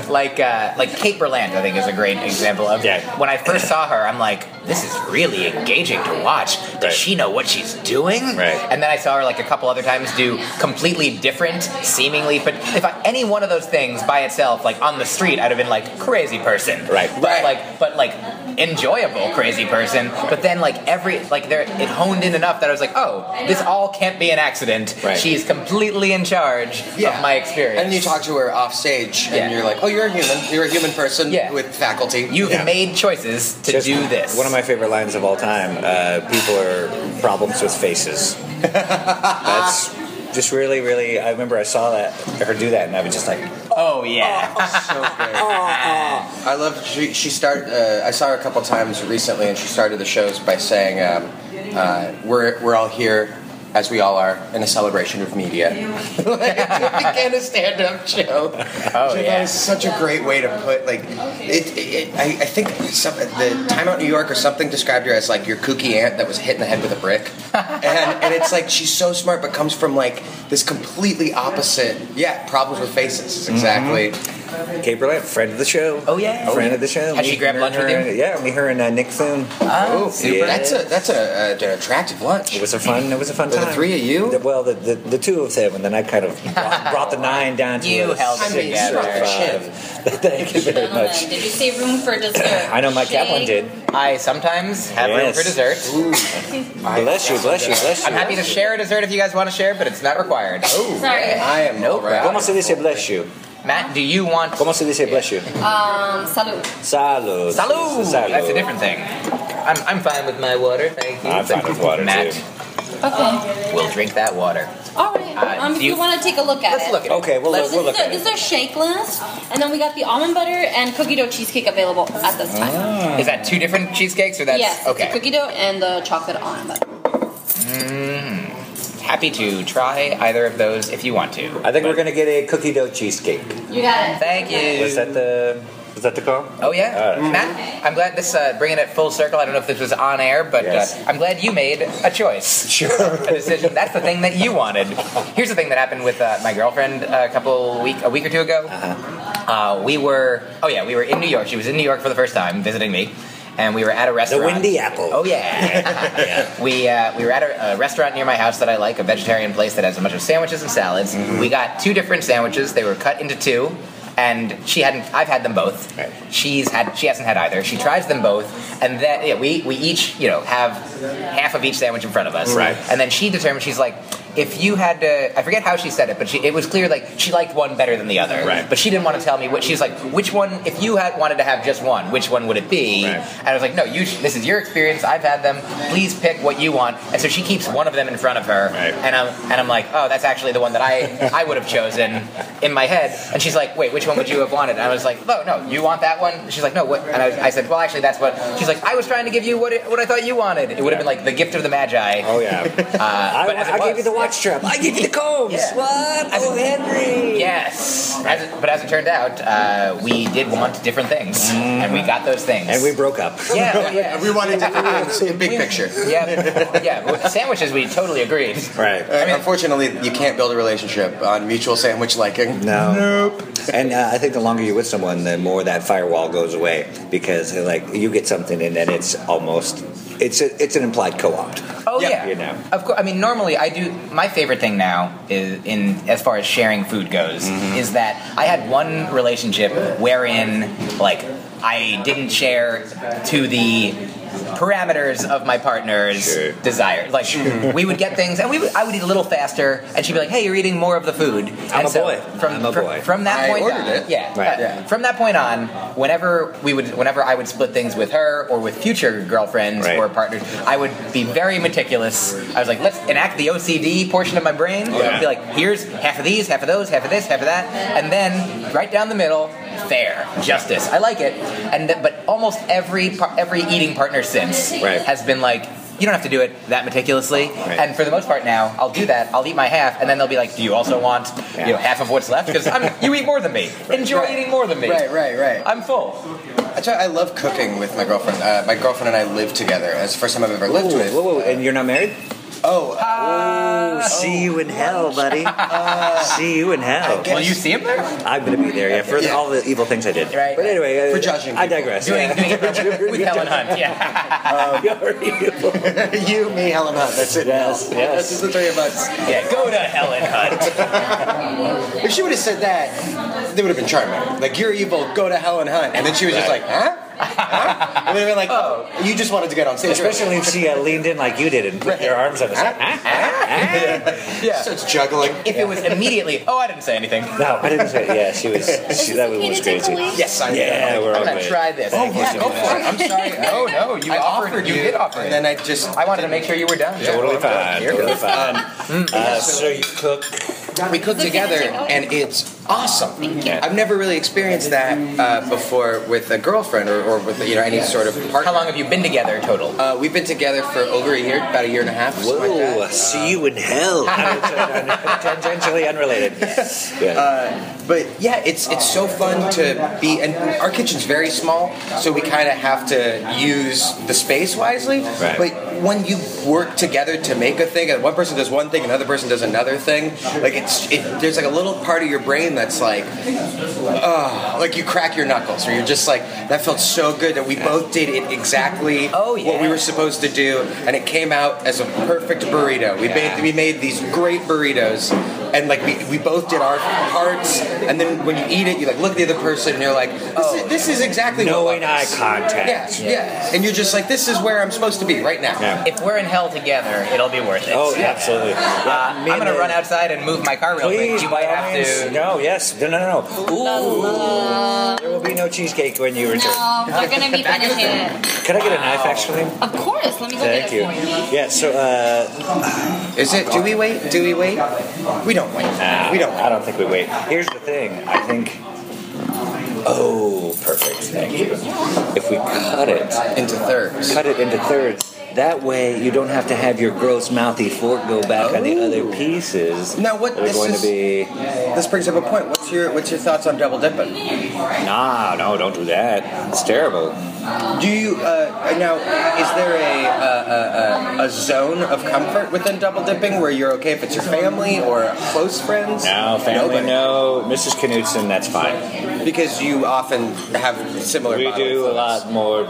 [SPEAKER 10] like uh, like Kate Berland, I think is a great example of. When I first saw her, I'm like, this is really engaging to watch. Does she know what she's doing? Right. And then I saw her like a couple other times do completely different, seemingly. But if I, any one of those things by itself, like on the street, I'd have been like crazy person. Right. But like, but like enjoyable crazy person. But then like every like there, it honed in enough that I was like, oh, this all can't be an accident.
[SPEAKER 15] Right.
[SPEAKER 10] She's completely in charge of my experience.
[SPEAKER 15] And you talk to her off stage, and
[SPEAKER 10] Yeah.
[SPEAKER 15] you're like, "Oh, you're a human. You're a human person with faculty.
[SPEAKER 10] You've made choices to
[SPEAKER 12] Just
[SPEAKER 10] do this.
[SPEAKER 12] One of my favorite lines of all time uh, people are problems with faces. That's just really, really. I remember I saw that, her do that, and I was just like,
[SPEAKER 10] Oh yeah,
[SPEAKER 15] so good. I love. She, she start. Uh, I saw her a couple times recently, and she started the shows by saying, um, uh, "We're we're all here." As we all are in a celebration of media. began a stand-up show.
[SPEAKER 10] Oh
[SPEAKER 15] Which I thought
[SPEAKER 10] yeah.
[SPEAKER 15] is such a great way to put like it. it I, I think some, the Time Out New York or something described her as like your kooky aunt that was hit in the head with a brick, and and it's like she's so
[SPEAKER 11] Mm-hmm.
[SPEAKER 15] smart but comes from like this completely opposite. Yeah, problems with faces is exactly.
[SPEAKER 12] Kate Burlett, friend of the show.
[SPEAKER 10] Oh yeah,
[SPEAKER 12] friend of the show.
[SPEAKER 10] Has she
[SPEAKER 12] Me-
[SPEAKER 10] grabbed
[SPEAKER 12] her-
[SPEAKER 10] lunch with you?
[SPEAKER 12] Yeah, me, her, and uh, Nick Thune.
[SPEAKER 10] Oh, super.
[SPEAKER 11] That's a that's a, uh, an attractive lunch.
[SPEAKER 12] It was a fun. It was a fun
[SPEAKER 11] With
[SPEAKER 12] time.
[SPEAKER 11] the three of
[SPEAKER 12] you. well, the, the, the two of them, and then I kind of brought, brought the nine down to
[SPEAKER 10] You
[SPEAKER 12] a
[SPEAKER 10] held it
[SPEAKER 12] six
[SPEAKER 10] together.
[SPEAKER 12] or five. Thank you very much.
[SPEAKER 13] Did you say room for dessert?
[SPEAKER 12] I know Mike Kaplan did.
[SPEAKER 10] I sometimes have room
[SPEAKER 12] Yes.
[SPEAKER 10] for dessert.
[SPEAKER 12] Bless you, bless you, bless you.
[SPEAKER 10] I'm happy to share a dessert if you guys want to share, but it's not required. Oh,
[SPEAKER 13] Sorry.
[SPEAKER 10] I am no
[SPEAKER 12] ¿Cómo se dice bless you?
[SPEAKER 10] Matt, do you want?
[SPEAKER 12] ¿Cómo se dice bless you?
[SPEAKER 13] Um, salud.
[SPEAKER 12] Salud.
[SPEAKER 10] Salud.
[SPEAKER 12] Salud.
[SPEAKER 10] That's a different thing. I'm, I'm fine with my water, thank you.
[SPEAKER 12] I'm fine with water,
[SPEAKER 10] Matt
[SPEAKER 13] Okay.
[SPEAKER 10] will drink that water.
[SPEAKER 13] All right.
[SPEAKER 10] Uh,
[SPEAKER 13] um,
[SPEAKER 10] do
[SPEAKER 13] if you,
[SPEAKER 10] you-
[SPEAKER 13] want to take a look at it.
[SPEAKER 10] look at it. Okay, we'll
[SPEAKER 13] So
[SPEAKER 10] look- we'll
[SPEAKER 13] this
[SPEAKER 10] look
[SPEAKER 13] is
[SPEAKER 10] at
[SPEAKER 13] the- This is our shake list, and then we got the almond butter and cookie dough cheesecake available at this time.
[SPEAKER 10] Is that two different cheesecakes, or that's
[SPEAKER 13] yes,
[SPEAKER 10] okay?
[SPEAKER 13] the cookie dough and the chocolate almond butter.
[SPEAKER 10] Mm, happy to try either of those if you want to.
[SPEAKER 12] I think we're gonna get a cookie dough cheesecake.
[SPEAKER 13] You got it.
[SPEAKER 10] Thank you.
[SPEAKER 12] Was that the was that the call?
[SPEAKER 10] Oh
[SPEAKER 12] Uh,
[SPEAKER 10] yeah, Matt. I'm glad this uh, bringing it full circle. I don't know if this was on air, but
[SPEAKER 12] Yes.
[SPEAKER 10] uh, I'm glad you made a choice.
[SPEAKER 12] Sure.
[SPEAKER 10] a decision. That's the thing that you wanted. Here's the thing that happened with uh, my girlfriend a couple week a week or two ago.
[SPEAKER 12] Uh-huh.
[SPEAKER 10] Uh, we were oh yeah we were in New York. She was in New York for the first time visiting me, and we were at a
[SPEAKER 12] The
[SPEAKER 10] restaurant.
[SPEAKER 12] Windy Apple.
[SPEAKER 10] Oh yeah. We uh, we were at a, a restaurant near my house that I like, a vegetarian place that has a bunch of sandwiches and salads. We got two different sandwiches. They were cut into two, and she hadn't. I've had them both. She's had. She hasn't had either. She tries them both, and then yeah, we we each you know have half of each sandwich in front of us.
[SPEAKER 12] Right.
[SPEAKER 10] And then she determined she's like. If you had to, I forget how she said it, but she, it was clear like she liked one better than the other. Right. But she didn't want to tell me what she was like. Which one? If you had wanted to have just one, which one would it be? And I was like, no, you. Sh- this is your experience. I've had them. Please pick what you want. And so she keeps one of them in front of her, and I'm and I'm like, oh, that's actually the one that I I would have chosen in my head. And she's like, wait, which one would you have wanted? And I was like, no, no, you want that one? She's like, no, what? And I, I said, well, actually, that's what. She's like, I was trying to give you what it, what I thought you wanted. It would have been like the gift of the magi.
[SPEAKER 12] Oh yeah.
[SPEAKER 10] Uh, I, but as it
[SPEAKER 12] I gave
[SPEAKER 10] was-
[SPEAKER 12] you the watch strap. I gave you the combs. What? Oh Henry.
[SPEAKER 10] Yes. As it, but as it turned out, uh, we did want different things, and we got those things.
[SPEAKER 12] Mm. And we broke up.
[SPEAKER 10] Yeah, yeah.
[SPEAKER 11] We wanted to see a big picture.
[SPEAKER 10] Yeah, yeah. with Sandwiches, we totally agreed.
[SPEAKER 12] Right.
[SPEAKER 11] Unfortunately, you can't build a relationship on mutual sandwich liking.
[SPEAKER 12] No. Nope. And uh, I think the longer you're with someone, the more that firewall goes away because like you get something and then it's almost it's a, it's an implied co-opt.
[SPEAKER 10] Oh yeah,
[SPEAKER 12] You know.
[SPEAKER 10] Of course. I mean, normally I do. My favorite thing now is in as far as sharing food goes
[SPEAKER 12] Mm-hmm.
[SPEAKER 10] is that I had one relationship wherein like I didn't share to the parameters of my partner's desire. Like we would get things, and we would, I would eat a little faster, and she'd be like, "Hey, you're eating more of the food."
[SPEAKER 12] I'm
[SPEAKER 10] and
[SPEAKER 12] a boy.
[SPEAKER 10] From
[SPEAKER 12] I'm a
[SPEAKER 10] fr-
[SPEAKER 12] boy.
[SPEAKER 10] from that
[SPEAKER 12] I
[SPEAKER 10] point
[SPEAKER 12] ordered
[SPEAKER 10] on,
[SPEAKER 12] it.
[SPEAKER 10] yeah,
[SPEAKER 12] Right.
[SPEAKER 10] uh, From that point on, whenever we would, whenever I would split things with her or with future girlfriends or partners, I would be very meticulous. I was like, let's enact the OCD portion of my brain.
[SPEAKER 12] Yeah.
[SPEAKER 10] Be like, here's half of these, half of those, half of this, half of that, and then right down the middle, fair justice. I like it. And th- but almost every par- every eating partner since
[SPEAKER 12] Right.
[SPEAKER 10] has been like. You don't have to do it that meticulously, and for the most part now, I'll do that. I'll eat my half, and then they'll be like, "Do you also want you know, half of what's left?" Because you eat more than me. Enjoy
[SPEAKER 11] Right.
[SPEAKER 10] eating more than me.
[SPEAKER 11] Right, right, right.
[SPEAKER 10] I'm full.
[SPEAKER 11] I, try, I love cooking with my girlfriend. Uh, my girlfriend and I live together. It's the first time I've ever lived
[SPEAKER 12] Ooh,
[SPEAKER 11] with.
[SPEAKER 12] whoa, whoa, and you're not married?
[SPEAKER 11] Oh,
[SPEAKER 12] oh, see you in hell, buddy. see you in hell.
[SPEAKER 10] Will you see him there?
[SPEAKER 12] I'm gonna be there, yeah, for the- all the evil things I did. Right. But anyway,
[SPEAKER 11] For
[SPEAKER 12] uh,
[SPEAKER 11] judging
[SPEAKER 12] I digress.
[SPEAKER 10] Doing,
[SPEAKER 12] yeah.
[SPEAKER 10] doing it with Helen Hunt. Yeah.
[SPEAKER 12] Oh.
[SPEAKER 11] you, me, Helen Hunt. That's it. Yes,
[SPEAKER 12] yes.
[SPEAKER 11] This is the three of us.
[SPEAKER 10] Yeah. Go to Helen Hunt.
[SPEAKER 11] If she would have said that, they would have been charming. Like you're evil, go to hell and hunt. And then she was just like, huh? huh? And they'd have been like, oh, you just wanted to get on stage.
[SPEAKER 12] Especially if she uh, leaned in like you did and "Ah, put your arms on the side. ah."
[SPEAKER 10] Yeah.
[SPEAKER 11] starts juggling.
[SPEAKER 10] If it was immediately, oh, I didn't say anything.
[SPEAKER 12] No, Oh, I didn't say. Yeah, she was. She, that
[SPEAKER 13] okay
[SPEAKER 12] was
[SPEAKER 13] to take
[SPEAKER 12] crazy.
[SPEAKER 13] a leak?
[SPEAKER 11] Yes, I
[SPEAKER 12] Yeah, we're
[SPEAKER 10] I'm
[SPEAKER 12] all
[SPEAKER 10] gonna
[SPEAKER 12] good.
[SPEAKER 10] try this.
[SPEAKER 11] Oh, yeah, go for it. I'm sorry.
[SPEAKER 10] No, no, you
[SPEAKER 11] I
[SPEAKER 10] offered,
[SPEAKER 11] offered
[SPEAKER 10] You
[SPEAKER 11] you,
[SPEAKER 10] did offer
[SPEAKER 11] And
[SPEAKER 10] it.
[SPEAKER 11] then I just
[SPEAKER 10] I wanted to make sure you were done.
[SPEAKER 12] Totally
[SPEAKER 10] Yeah.
[SPEAKER 12] fine. Totally fine. Uh, so you cook.
[SPEAKER 11] we cook together and it's awesome i've never really experienced that uh, before with a girlfriend or, or with you know any sort of partner
[SPEAKER 10] How long have you been together total?
[SPEAKER 11] uh, we've been together for over a year about a year and a half something like that.
[SPEAKER 12] Whoa! See you in hell. uh, Tangentially unrelated. Uh, Yeah.
[SPEAKER 11] but yeah it's it's so fun to be and our kitchen's very small so we kind of have to use the space wisely
[SPEAKER 12] Right.
[SPEAKER 11] but when you work together to make a thing and one person does one thing another person does another thing like ah, it's it, there's like a little part of your brain
[SPEAKER 15] in that's like, oh, like you crack your knuckles, or you're just like, that felt so good that we both did it exactly what we were supposed to do, and it came out as a perfect burrito. We made we made these great burritos, and like we, we both did our parts, and then when you eat it, you like look at the other person, and you're like, this, is, this is exactly
[SPEAKER 12] No
[SPEAKER 15] what
[SPEAKER 12] in Oh, eye contact.
[SPEAKER 15] Yeah, yeah, and you're just like, this is where I'm supposed to be right now.
[SPEAKER 10] If we're in hell together, it'll be worth it.
[SPEAKER 15] Oh, yeah,
[SPEAKER 12] absolutely.
[SPEAKER 10] Uh, I'm gonna run outside and move my car real
[SPEAKER 12] Please,
[SPEAKER 10] quick. You
[SPEAKER 12] by
[SPEAKER 10] might
[SPEAKER 12] all
[SPEAKER 10] have
[SPEAKER 12] means.
[SPEAKER 10] to.
[SPEAKER 12] No, yes, no, no, no. There will be no cheesecake when you return.
[SPEAKER 13] No, we're gonna be finished.
[SPEAKER 12] Can I get a knife, actually?
[SPEAKER 13] Of course, let me go
[SPEAKER 12] Thank
[SPEAKER 13] get
[SPEAKER 12] you.
[SPEAKER 13] it for you.
[SPEAKER 12] Yeah. So, uh,
[SPEAKER 15] is it? Do we wait? Do we wait? We don't wait.
[SPEAKER 10] Ah.
[SPEAKER 12] we don't. I don't think we wait. Here's the thing. I think. Oh, perfect. Thank you. If we cut it
[SPEAKER 15] into thirds,
[SPEAKER 12] cut it into thirds. That way, you don't have to have your gross mouthy fork go back on the other pieces.
[SPEAKER 15] Now, what-
[SPEAKER 12] that are
[SPEAKER 15] this
[SPEAKER 12] going
[SPEAKER 15] is-
[SPEAKER 12] to be?
[SPEAKER 15] This brings up a point. What's your what's your thoughts on double dipping?
[SPEAKER 12] Nah, no, don't do that. It's terrible.
[SPEAKER 15] Do you uh, now? Is there a, uh, a, a a zone of comfort within double dipping where you're okay if it's your family or close friends?
[SPEAKER 12] No, family,
[SPEAKER 15] Nobody.
[SPEAKER 12] no. Mrs. Knudsen, that's fine.
[SPEAKER 15] Because you often have similar.
[SPEAKER 12] We do a lot more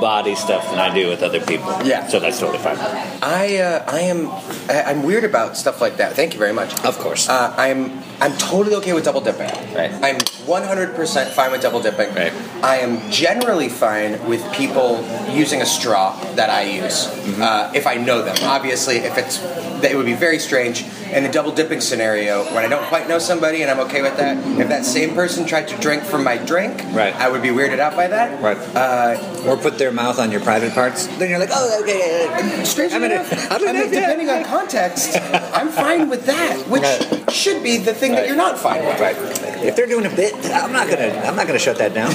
[SPEAKER 12] body stuff than I do with other people. Yeah. So that's totally fine.
[SPEAKER 15] I uh, I am I- I'm weird about stuff like that. Thank you very much.
[SPEAKER 12] Of course.
[SPEAKER 15] Uh, I'm I'm totally okay with double dipping.
[SPEAKER 12] Right.
[SPEAKER 15] I'm 100% fine with double dipping. Right. I am generally fine with people using a straw that I use
[SPEAKER 12] Mm-hmm.
[SPEAKER 15] uh, if I know them. Obviously, if it's that it would be very strange in the double dipping scenario when I don't quite know somebody and I'm okay with that. If that same person tried to drink from my drink,
[SPEAKER 12] Right.
[SPEAKER 15] I would be weirded out by that.
[SPEAKER 12] Right. Uh, or put their mouth on your private parts. Then you're like, oh, okay. yeah, yeah.
[SPEAKER 15] Strangely
[SPEAKER 12] I'm gonna-
[SPEAKER 15] enough,
[SPEAKER 12] I'm
[SPEAKER 15] I
[SPEAKER 12] gonna
[SPEAKER 15] mean,
[SPEAKER 12] do that.
[SPEAKER 15] depending on context, I'm fine with that, which
[SPEAKER 12] Right.
[SPEAKER 15] should be the thing that you're not fine with.
[SPEAKER 12] Right. If they're doing a bit, I'm not gonna. I'm not gonna shut that down.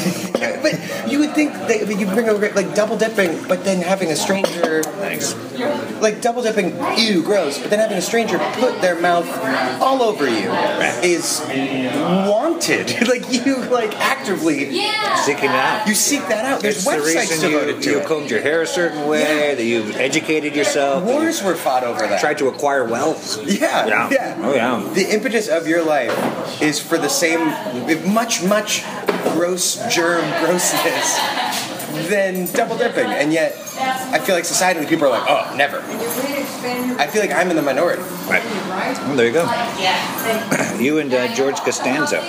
[SPEAKER 15] But you would think that I mean, you bring over like double dipping, but then having a stranger.
[SPEAKER 12] Thanks.
[SPEAKER 15] Like double dipping, ew, gross. But then having a stranger put their mouth all over you is wanted. like you like actively
[SPEAKER 12] Seeking it out.
[SPEAKER 15] You seek that out. There's
[SPEAKER 12] It's the
[SPEAKER 15] websites
[SPEAKER 12] reason
[SPEAKER 15] devoted
[SPEAKER 12] you,
[SPEAKER 15] to
[SPEAKER 12] you
[SPEAKER 15] it.
[SPEAKER 12] combed your hair a certain way, that you've educated yourself.
[SPEAKER 15] Wars were fought over that.
[SPEAKER 12] Tried to acquire wealth.
[SPEAKER 15] Yeah,
[SPEAKER 12] Yeah.
[SPEAKER 15] yeah.
[SPEAKER 12] Oh, yeah.
[SPEAKER 15] The impetus of your life is for the same, much, much gross germ grossness than double dipping. And yet, I feel like societally people are like, oh, never. I feel like I'm in the minority.
[SPEAKER 12] Right. Well, there you go. You and uh, George Costanza.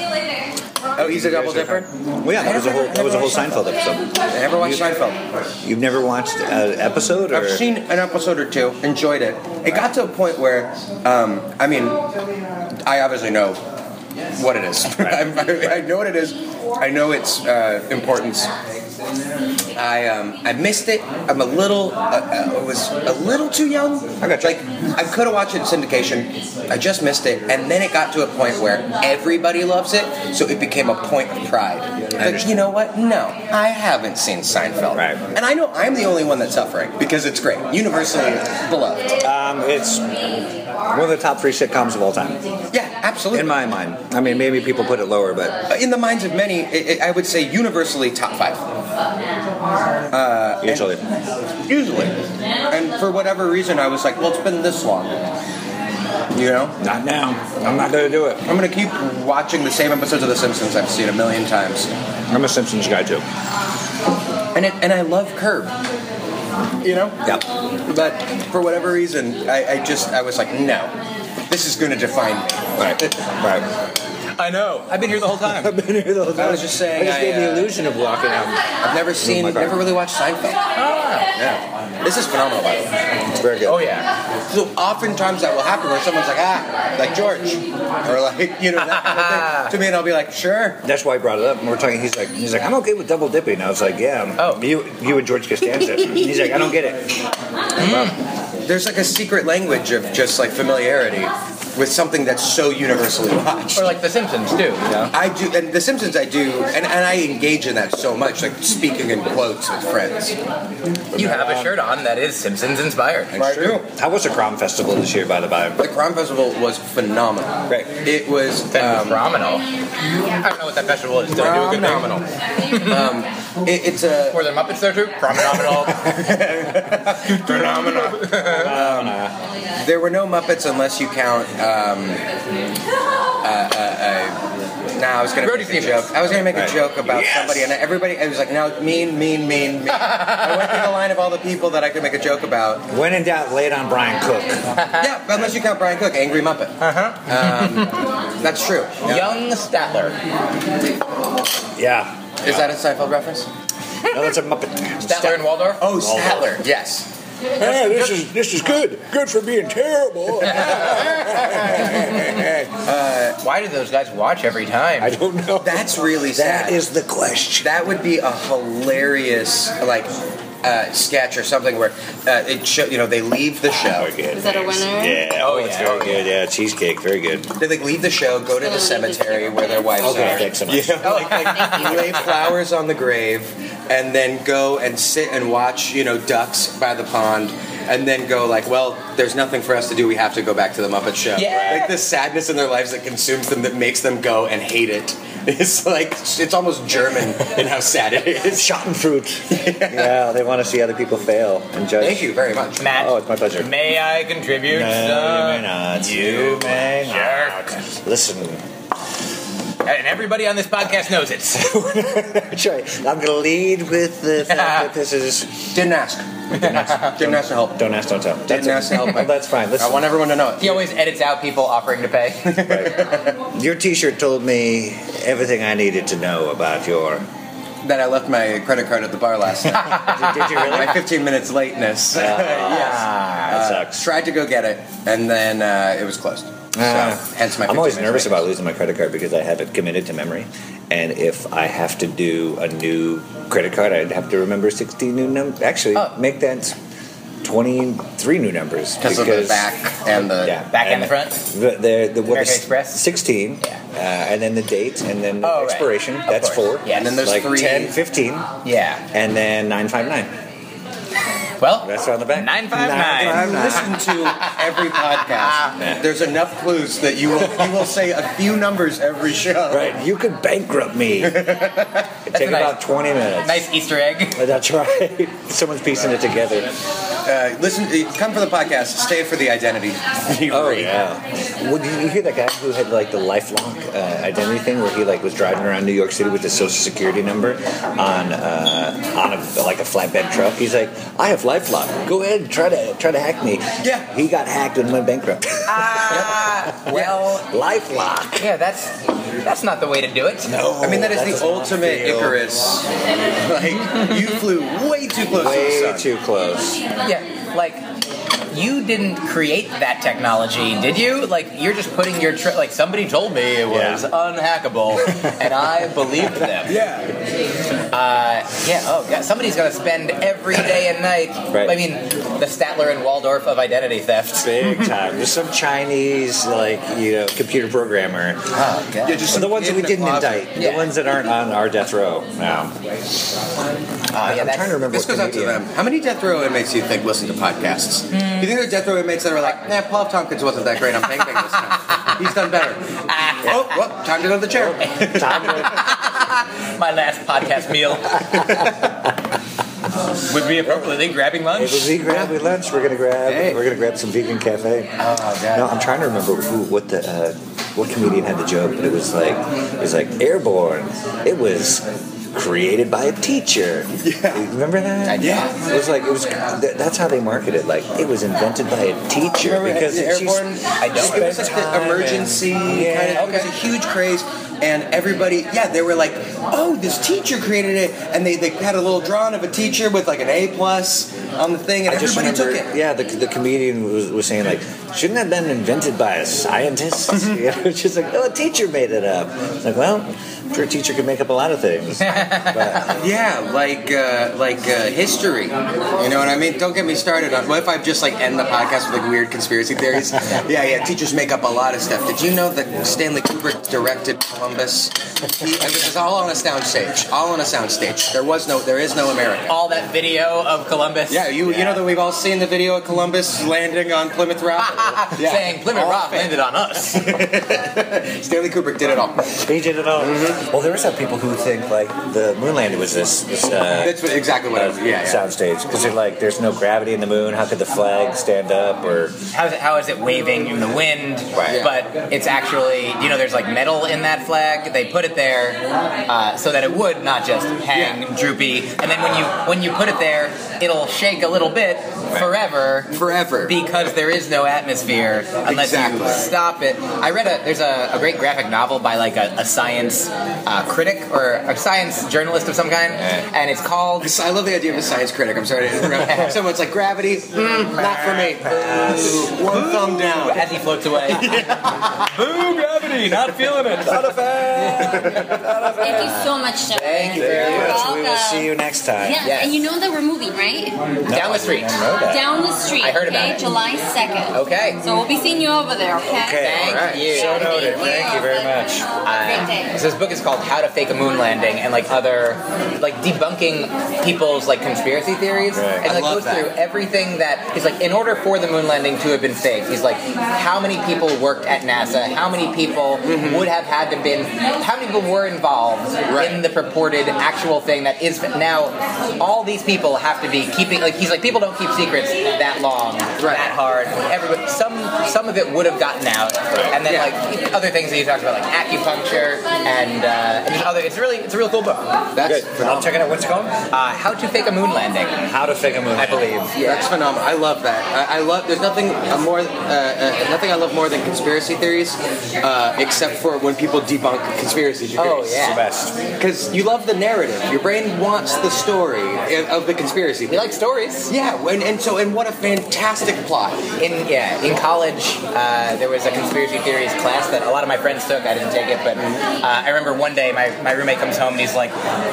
[SPEAKER 15] Oh, he's a double dipper?
[SPEAKER 12] Well, yeah, that was a whole that was a whole Seinfeld episode.
[SPEAKER 15] I never watched
[SPEAKER 12] You-
[SPEAKER 15] Seinfeld.
[SPEAKER 12] You've never watched an episode, or
[SPEAKER 15] I've seen an episode or two, enjoyed it. It got to a point where, um, I mean, I obviously know what it is. I'm- I, I know what it is. I know its uh, importance. I um, I missed it. I'm a little. Uh, uh, I was a little too young. I got like I could have watched it in syndication. I just missed it, and then it got to a point where everybody loves it, so it became a point of pride. Like, you know what? No, I haven't seen Seinfeld, right. and I know I'm the only one that's suffering because it's great, universally beloved.
[SPEAKER 12] Um, it's one of the top three sitcoms of all time.
[SPEAKER 15] Yeah, absolutely.
[SPEAKER 12] In my mind, I mean, maybe people put it lower, but
[SPEAKER 15] Uh, In the minds of many, i i I would say universally top five. Uh,
[SPEAKER 12] usually,
[SPEAKER 15] usually, and for whatever reason, I was like, well, it's been this long. You know?
[SPEAKER 12] Not now. I'm not gonna do it.
[SPEAKER 15] I'm gonna keep watching the same episodes of The Simpsons I've seen a million times.
[SPEAKER 12] I'm a Simpsons guy too.
[SPEAKER 15] And it, and I love Curb. You know?
[SPEAKER 12] Yeah.
[SPEAKER 15] But for whatever reason, I, I just I was like, no, this is gonna define me.
[SPEAKER 12] Right. Right.
[SPEAKER 15] I know. I've been here the whole time. I've
[SPEAKER 12] been here the whole time.
[SPEAKER 15] I uh, was just saying.
[SPEAKER 12] I just gave the illusion of walking out.
[SPEAKER 15] I've never seen,
[SPEAKER 12] my car.
[SPEAKER 15] never really watched Seinfeld. Yeah. This is phenomenal, by the way.
[SPEAKER 12] it's very good.
[SPEAKER 15] Oh yeah. So oftentimes that will happen where someone's like, ah, like George, or like you know that kind of thing to me, and I'll be like, sure.
[SPEAKER 12] That's why I brought it up. And we're talking. He's like, he's like, I'm okay with double dipping. And I was like, yeah. Oh, you, you and George Costanza. And he's like, I don't get it.
[SPEAKER 15] Mm. There's like a secret language of just like familiarity with something that's so universally watched. Or
[SPEAKER 10] like The Simpsons too.
[SPEAKER 15] I do, and The Simpsons I do, and, and I engage in that so much, like speaking in quotes with friends.
[SPEAKER 10] You have a shirt on that is Simpsons inspired.
[SPEAKER 15] I do.
[SPEAKER 12] How was the Crom Festival this year, by the by?
[SPEAKER 15] The Crime Festival was phenomenal. Right. It was um,
[SPEAKER 10] phenomenal. I don't know what that festival is. Did I do a good
[SPEAKER 15] Phenomenal.
[SPEAKER 10] thing?
[SPEAKER 15] um, it, it's a.
[SPEAKER 10] Were there Muppets there too? Phenomenal.
[SPEAKER 15] Um, there were no Muppets unless you count um, uh, uh, uh, I was gonna
[SPEAKER 10] Brody
[SPEAKER 15] make a
[SPEAKER 10] Stevens.
[SPEAKER 15] joke. I was gonna make
[SPEAKER 10] Right.
[SPEAKER 15] a joke about
[SPEAKER 10] Yes.
[SPEAKER 15] somebody, and everybody. I was like, no, mean, mean, mean, mean. I went through the line of all the people that I could make a joke about.
[SPEAKER 12] When in doubt, lay it on Brian Cook.
[SPEAKER 15] yeah, but unless you count Brian Cook, Angry Muppet. Uh huh. Um, that's true. Young Statler.
[SPEAKER 12] Yeah.
[SPEAKER 15] Is that a Seinfeld reference?
[SPEAKER 12] No, that's a Muppet.
[SPEAKER 15] Statler and Waldorf. Oh,
[SPEAKER 12] Waldorf.
[SPEAKER 15] Statler. Yes.
[SPEAKER 12] Hey, this is this is good. Good for being terrible.
[SPEAKER 10] Uh, why do those guys watch every time? I
[SPEAKER 12] don't know.
[SPEAKER 15] That's really sad. That
[SPEAKER 12] is the question.
[SPEAKER 15] That would be a hilarious like uh, sketch or something where uh, it show, you know they leave the show.
[SPEAKER 13] Is that a winner?
[SPEAKER 12] Yeah. Oh, it's very good. Yeah, cheesecake, very good.
[SPEAKER 15] They like leave the show, go to the cemetery where their wives
[SPEAKER 12] Okay,
[SPEAKER 15] are.
[SPEAKER 12] thanks so much.
[SPEAKER 15] Yeah, like, like, lay flowers on the grave, and then go and sit and watch you know ducks by the pond, and then go like, well, there's nothing for us to do. We have to go back to the Muppet Show.
[SPEAKER 10] Yeah.
[SPEAKER 15] Like the sadness in their lives that consumes them, that makes them go and hate it. It's like it's almost German in how sad it is.
[SPEAKER 12] Schadenfreude. yeah, they want to see other people fail and judge.
[SPEAKER 15] Thank you very much,
[SPEAKER 12] Matt. Oh, it's my pleasure.
[SPEAKER 10] May I contribute?
[SPEAKER 12] No,
[SPEAKER 10] sir?
[SPEAKER 12] you may not.
[SPEAKER 10] You may jerk.
[SPEAKER 12] Listen,
[SPEAKER 10] And everybody on this podcast knows it.
[SPEAKER 12] That's right. I'm going to lead with the fact that this is.
[SPEAKER 15] Didn't ask.
[SPEAKER 12] Didn't ask.
[SPEAKER 15] Didn't ask to help.
[SPEAKER 12] Don't ask, don't tell. That's
[SPEAKER 15] ask to help.
[SPEAKER 12] Well, that's fine. Listen,
[SPEAKER 15] I want everyone to know it.
[SPEAKER 10] He always edits out people offering to pay.
[SPEAKER 12] your T-shirt told me everything I needed to know about your.
[SPEAKER 15] That I left my credit card at the bar last night.
[SPEAKER 12] did, you really?
[SPEAKER 15] My 15 minutes lateness.
[SPEAKER 12] Ah, that
[SPEAKER 15] yes. sucks. Tried to go get it, and then uh, it was closed.
[SPEAKER 12] Ah.
[SPEAKER 15] so, hence my.
[SPEAKER 12] I'm always
[SPEAKER 15] 15
[SPEAKER 12] nervous
[SPEAKER 15] minutes
[SPEAKER 12] about losing my credit card because I have it committed to memory, and if I have to do a new credit card, I'd have to remember 60 new numbers. Actually,
[SPEAKER 10] Oh.
[SPEAKER 12] make that 23 new numbers
[SPEAKER 15] 'Cause of the back and the-
[SPEAKER 10] Back and the front?
[SPEAKER 12] The, the, the, what
[SPEAKER 10] American Oh,
[SPEAKER 12] is- 16, uh, and then the date, and then the expiration. That's four.
[SPEAKER 10] Yes. And then there's
[SPEAKER 12] like
[SPEAKER 10] three-
[SPEAKER 12] 10, 15,
[SPEAKER 10] yeah.
[SPEAKER 12] and then 959.
[SPEAKER 10] Well,
[SPEAKER 12] that's on the back. 959.
[SPEAKER 15] Listen to every podcast. There's enough clues that you will you will say a few numbers every show.
[SPEAKER 12] Right, you could bankrupt me. It
[SPEAKER 10] That's
[SPEAKER 12] takes
[SPEAKER 10] a nice-
[SPEAKER 12] about 20 minutes.
[SPEAKER 10] Nice Easter egg.
[SPEAKER 12] That's right. Someone's piecing it together.
[SPEAKER 15] Uh, listen, come for the podcast. Stay for the identity.
[SPEAKER 12] oh yeah. Well, did you hear that guy who had like the LifeLock uh, identity thing, where he like was driving around New York City with his social security number on uh, on a, like a flatbed truck? He's like, I have LifeLock. Go ahead, try to try to hack me. Yeah. He got hacked and went bankrupt.
[SPEAKER 10] Uh, well,
[SPEAKER 12] LifeLock.
[SPEAKER 10] Yeah, that's that's not the way to do it.
[SPEAKER 12] No.
[SPEAKER 15] I mean, that is the ultimate Icarus. Like, you flew way too close to the
[SPEAKER 12] Way
[SPEAKER 15] sun.
[SPEAKER 12] too close.
[SPEAKER 10] Yeah, like you didn't create that technology, did you? Like you're just putting your tri- like somebody told me it was unhackable, and I believed them.
[SPEAKER 15] Yeah.
[SPEAKER 10] Uh, yeah. Oh, yeah. Somebody's gonna spend every day and night.
[SPEAKER 12] Right.
[SPEAKER 10] I mean, the Statler and Waldorf of identity theft.
[SPEAKER 12] Big time. There's some Chinese, like you know, computer programmer.
[SPEAKER 10] Oh, God.
[SPEAKER 12] Yeah, just the ones that we didn't indict. The ones that aren't on our death row now.
[SPEAKER 10] yeah,
[SPEAKER 12] I'm trying to remember.
[SPEAKER 15] This
[SPEAKER 12] what Hmm.
[SPEAKER 15] goes out to
[SPEAKER 12] comedian-
[SPEAKER 15] them. How many death row inmates do you think listen to podcasts? You think there are death row inmates that are like, nah, Paul Tompkins wasn't that great on Bang Bang this time. He's done better. Oh, well, time to go to the chair.
[SPEAKER 10] My last podcast meal would be appropriately grabbing lunch.
[SPEAKER 12] It was vegan grab. We lunch. We're gonna grab.
[SPEAKER 10] Hey.
[SPEAKER 12] We're gonna grab some vegan cafe.
[SPEAKER 15] Oh,
[SPEAKER 12] No, I'm trying to remember who, what the, uh, what comedian had the joke, but it was like, it was like airborne. It was created by a teacher. Yeah. Remember that? Yeah. It was like it was. That, that's how they market it. Like it was invented by a teacher
[SPEAKER 15] Remember
[SPEAKER 12] because
[SPEAKER 15] the
[SPEAKER 12] she's-
[SPEAKER 15] airborne?
[SPEAKER 12] I don't.
[SPEAKER 15] It was like
[SPEAKER 12] Spent
[SPEAKER 15] the emergency
[SPEAKER 12] time and-
[SPEAKER 15] kind of. It was a huge craze, and everybody, yeah, they were like, "Oh, this teacher created it," and they, they had a little drawing of a teacher with like an A plus on the thing, and
[SPEAKER 12] I just
[SPEAKER 15] everybody took
[SPEAKER 12] remember-
[SPEAKER 15] it.
[SPEAKER 12] Yeah, the, the comedian was, was saying like, shouldn't that have been invented by a scientist? you know, she's like, oh, a teacher made it up. It's like, well, I'm sure a teacher could make up a lot of things.
[SPEAKER 15] Yeah, like uh, like uh, history. You know what I mean? Don't get me started on. What if I just like end the podcast with like weird conspiracy theories? yeah, yeah. Teachers make up a lot of stuff. Did you know that Stanley Kubrick directed Columbus? He, it was all on a soundstage. All on a soundstage. There was no. There is no America.
[SPEAKER 10] All that video of Columbus.
[SPEAKER 15] Yeah, you you know that we've all seen the video of Columbus landing on Plymouth Rock. Yeah.
[SPEAKER 10] saying Plymouth
[SPEAKER 15] All
[SPEAKER 10] Rock
[SPEAKER 15] fake.
[SPEAKER 10] landed on us.
[SPEAKER 15] Stanley Kubrick did it all.
[SPEAKER 12] He did it all.
[SPEAKER 15] Mm-hmm.
[SPEAKER 12] Well, there are some people who think like the moon landing was this. this uh,
[SPEAKER 15] That's what- exactly what I was. Yeah, yeah.
[SPEAKER 12] soundstage because they're like, there's no gravity in the moon. How could the flag stand up? Or
[SPEAKER 10] How's it, how is it waving in the wind?
[SPEAKER 12] Right.
[SPEAKER 10] But it's actually, you know, there's like metal in that flag. They put it there uh, so that it would not just hang droopy. And then when you when you put it there, it'll shake a little bit forever.
[SPEAKER 11] Forever.
[SPEAKER 10] Because there is no atmosphere unless you
[SPEAKER 11] Exactly.
[SPEAKER 10] stop it. I read a there's a, a great graphic novel by like a, a science uh, critic or a science journalist of some kind, and it's called.
[SPEAKER 11] Eh. I love the idea of a science critic. I'm sorry to interrupt. Someone's like gravity, mm, not for me. Boo. One thumb down
[SPEAKER 10] as he floats away.
[SPEAKER 8] Boo, gravity, not feeling it. Not a fan.
[SPEAKER 13] Thank you so much, John. Thank
[SPEAKER 12] you very much. We will see you next time.
[SPEAKER 13] Yeah, and you know that we're moving, right?
[SPEAKER 10] Down the street.
[SPEAKER 13] Down the street.
[SPEAKER 10] I heard about
[SPEAKER 13] okay?
[SPEAKER 10] it.
[SPEAKER 13] July 2nd.
[SPEAKER 12] Oh.
[SPEAKER 10] Okay.
[SPEAKER 13] So we'll be seeing you over there, okay?
[SPEAKER 10] Thank you. So noted. Thank you very much.
[SPEAKER 13] Great day.
[SPEAKER 10] Uh, so this book is called How to Fake a Moon Landing and like other like debunking people's like conspiracy theories. And
[SPEAKER 11] I
[SPEAKER 10] like
[SPEAKER 11] love
[SPEAKER 10] goes
[SPEAKER 11] that.
[SPEAKER 10] through everything that he's like in order for the moon landing to have been faked, he's like how many people worked at NASA, how many people
[SPEAKER 11] Mm-hmm.
[SPEAKER 10] would have had to been how many people were involved in the purported actual thing that is now all these people have to be keeping like he's like people don't keep secrets that long, that hard. Everybody some some of it would have gotten out. And then like other things that you talked about like acupuncture and uh, and just other it's really it's a real cool book.
[SPEAKER 11] That's
[SPEAKER 10] I'll check it out. What's it called? Uh, How to Fake a Moon Landing.
[SPEAKER 12] How to Fake a Moon
[SPEAKER 10] I believe. Yeah.
[SPEAKER 11] That's phenomenal. I love that. I, I love. There's nothing uh, more. Uh, uh, nothing I love more than conspiracy theories, uh, except for when people debunk conspiracy theories.
[SPEAKER 10] Oh, yeah. It's the
[SPEAKER 12] best.
[SPEAKER 11] Because you love the narrative. Your brain wants the story i- of the conspiracy. You
[SPEAKER 10] like stories.
[SPEAKER 11] Yeah. And, and so and what a fantastic plot.
[SPEAKER 10] In yeah, in college, uh, there was a conspiracy theories class that a lot of my friends took. I didn't take it, but uh, I remember one day my, my roommate comes home and he's like,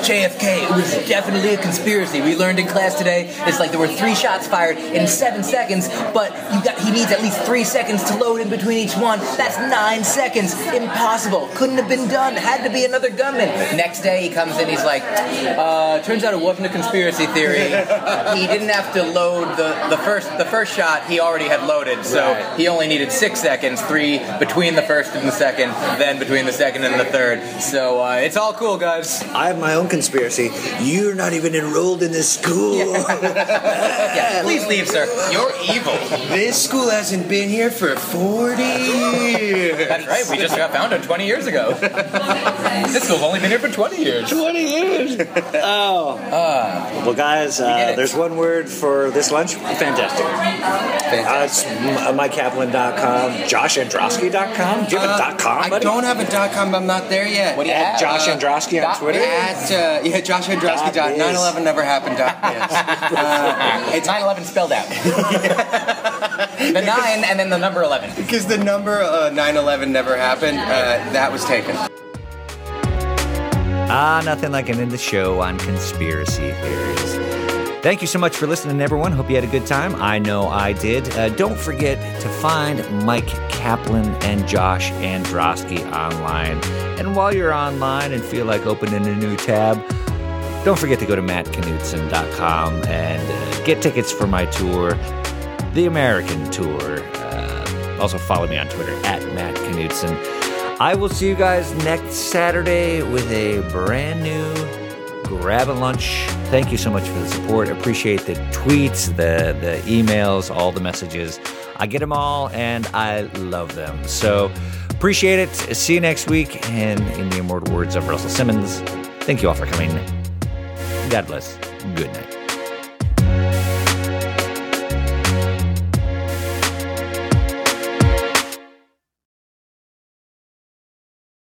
[SPEAKER 10] "JFK, it was definitely a conspiracy. We learned in class today. It's like there were three shots fired in seven seconds, but you got he needs at least three seconds to load in between each one. That's nine seconds. Impossible. Couldn't have been done. Had to be another gunman." Next day he comes in, he's like, uh, "Turns out it wasn't a conspiracy theory. he didn't have to load the, the first the first shot. He already had loaded, so he only needed six seconds, three between the first and the second, then between the second and the third. So uh, it's all cool, guys.
[SPEAKER 12] I have my own conspiracy. You're not even enrolled in this school.
[SPEAKER 10] Yeah, please leave, sir. You're evil.
[SPEAKER 11] This school hasn't been here for 40 years.
[SPEAKER 10] That's right. We just got founded 20 years ago. this school's only been here for 20 years.
[SPEAKER 12] 20 years. Oh. well, guys, uh, there's one word for this lunch. Fantastic. Uh, it's m- uh, MikeKaplan.com, JoshAndrosky.com. Do you have a dot com,
[SPEAKER 11] Uh, I
[SPEAKER 12] buddy?
[SPEAKER 11] don't have a dot com. I'm not there yet. uh,
[SPEAKER 12] What do you At have? Josh Androsky on
[SPEAKER 11] dot-
[SPEAKER 12] Twitter?
[SPEAKER 11] At uh, yeah, Josh Androsky.
[SPEAKER 12] Dot
[SPEAKER 11] Dot
[SPEAKER 12] biz.
[SPEAKER 11] 9/11 never happened. Dot biz. Uh,
[SPEAKER 10] it's 9/11 spelled out. the nine and then the number 11.
[SPEAKER 11] Because the number uh, 9/11 never happened. Uh, that was taken.
[SPEAKER 9] Ah, nothing like an end the show on conspiracy theories. Thank you so much for listening, everyone. Hope you had a good time. I know I did. Uh, don't forget to find Mike Kaplan and Josh Androsky online. And while you're online and feel like opening a new tab, don't forget to go to mattknudsen.com and uh, get tickets for my tour, the American Tour. Uh, also, follow me on Twitter at Matt Knudsen. I will see you guys next Saturday with a brand new grab and lunch. Thank you so much for the support. Appreciate the tweets, the, the emails, all the messages. I get them all and I love them. So appreciate it. See you next week. And in the immortal words of Russell Simmons, thank you all for coming. God bless. Good night.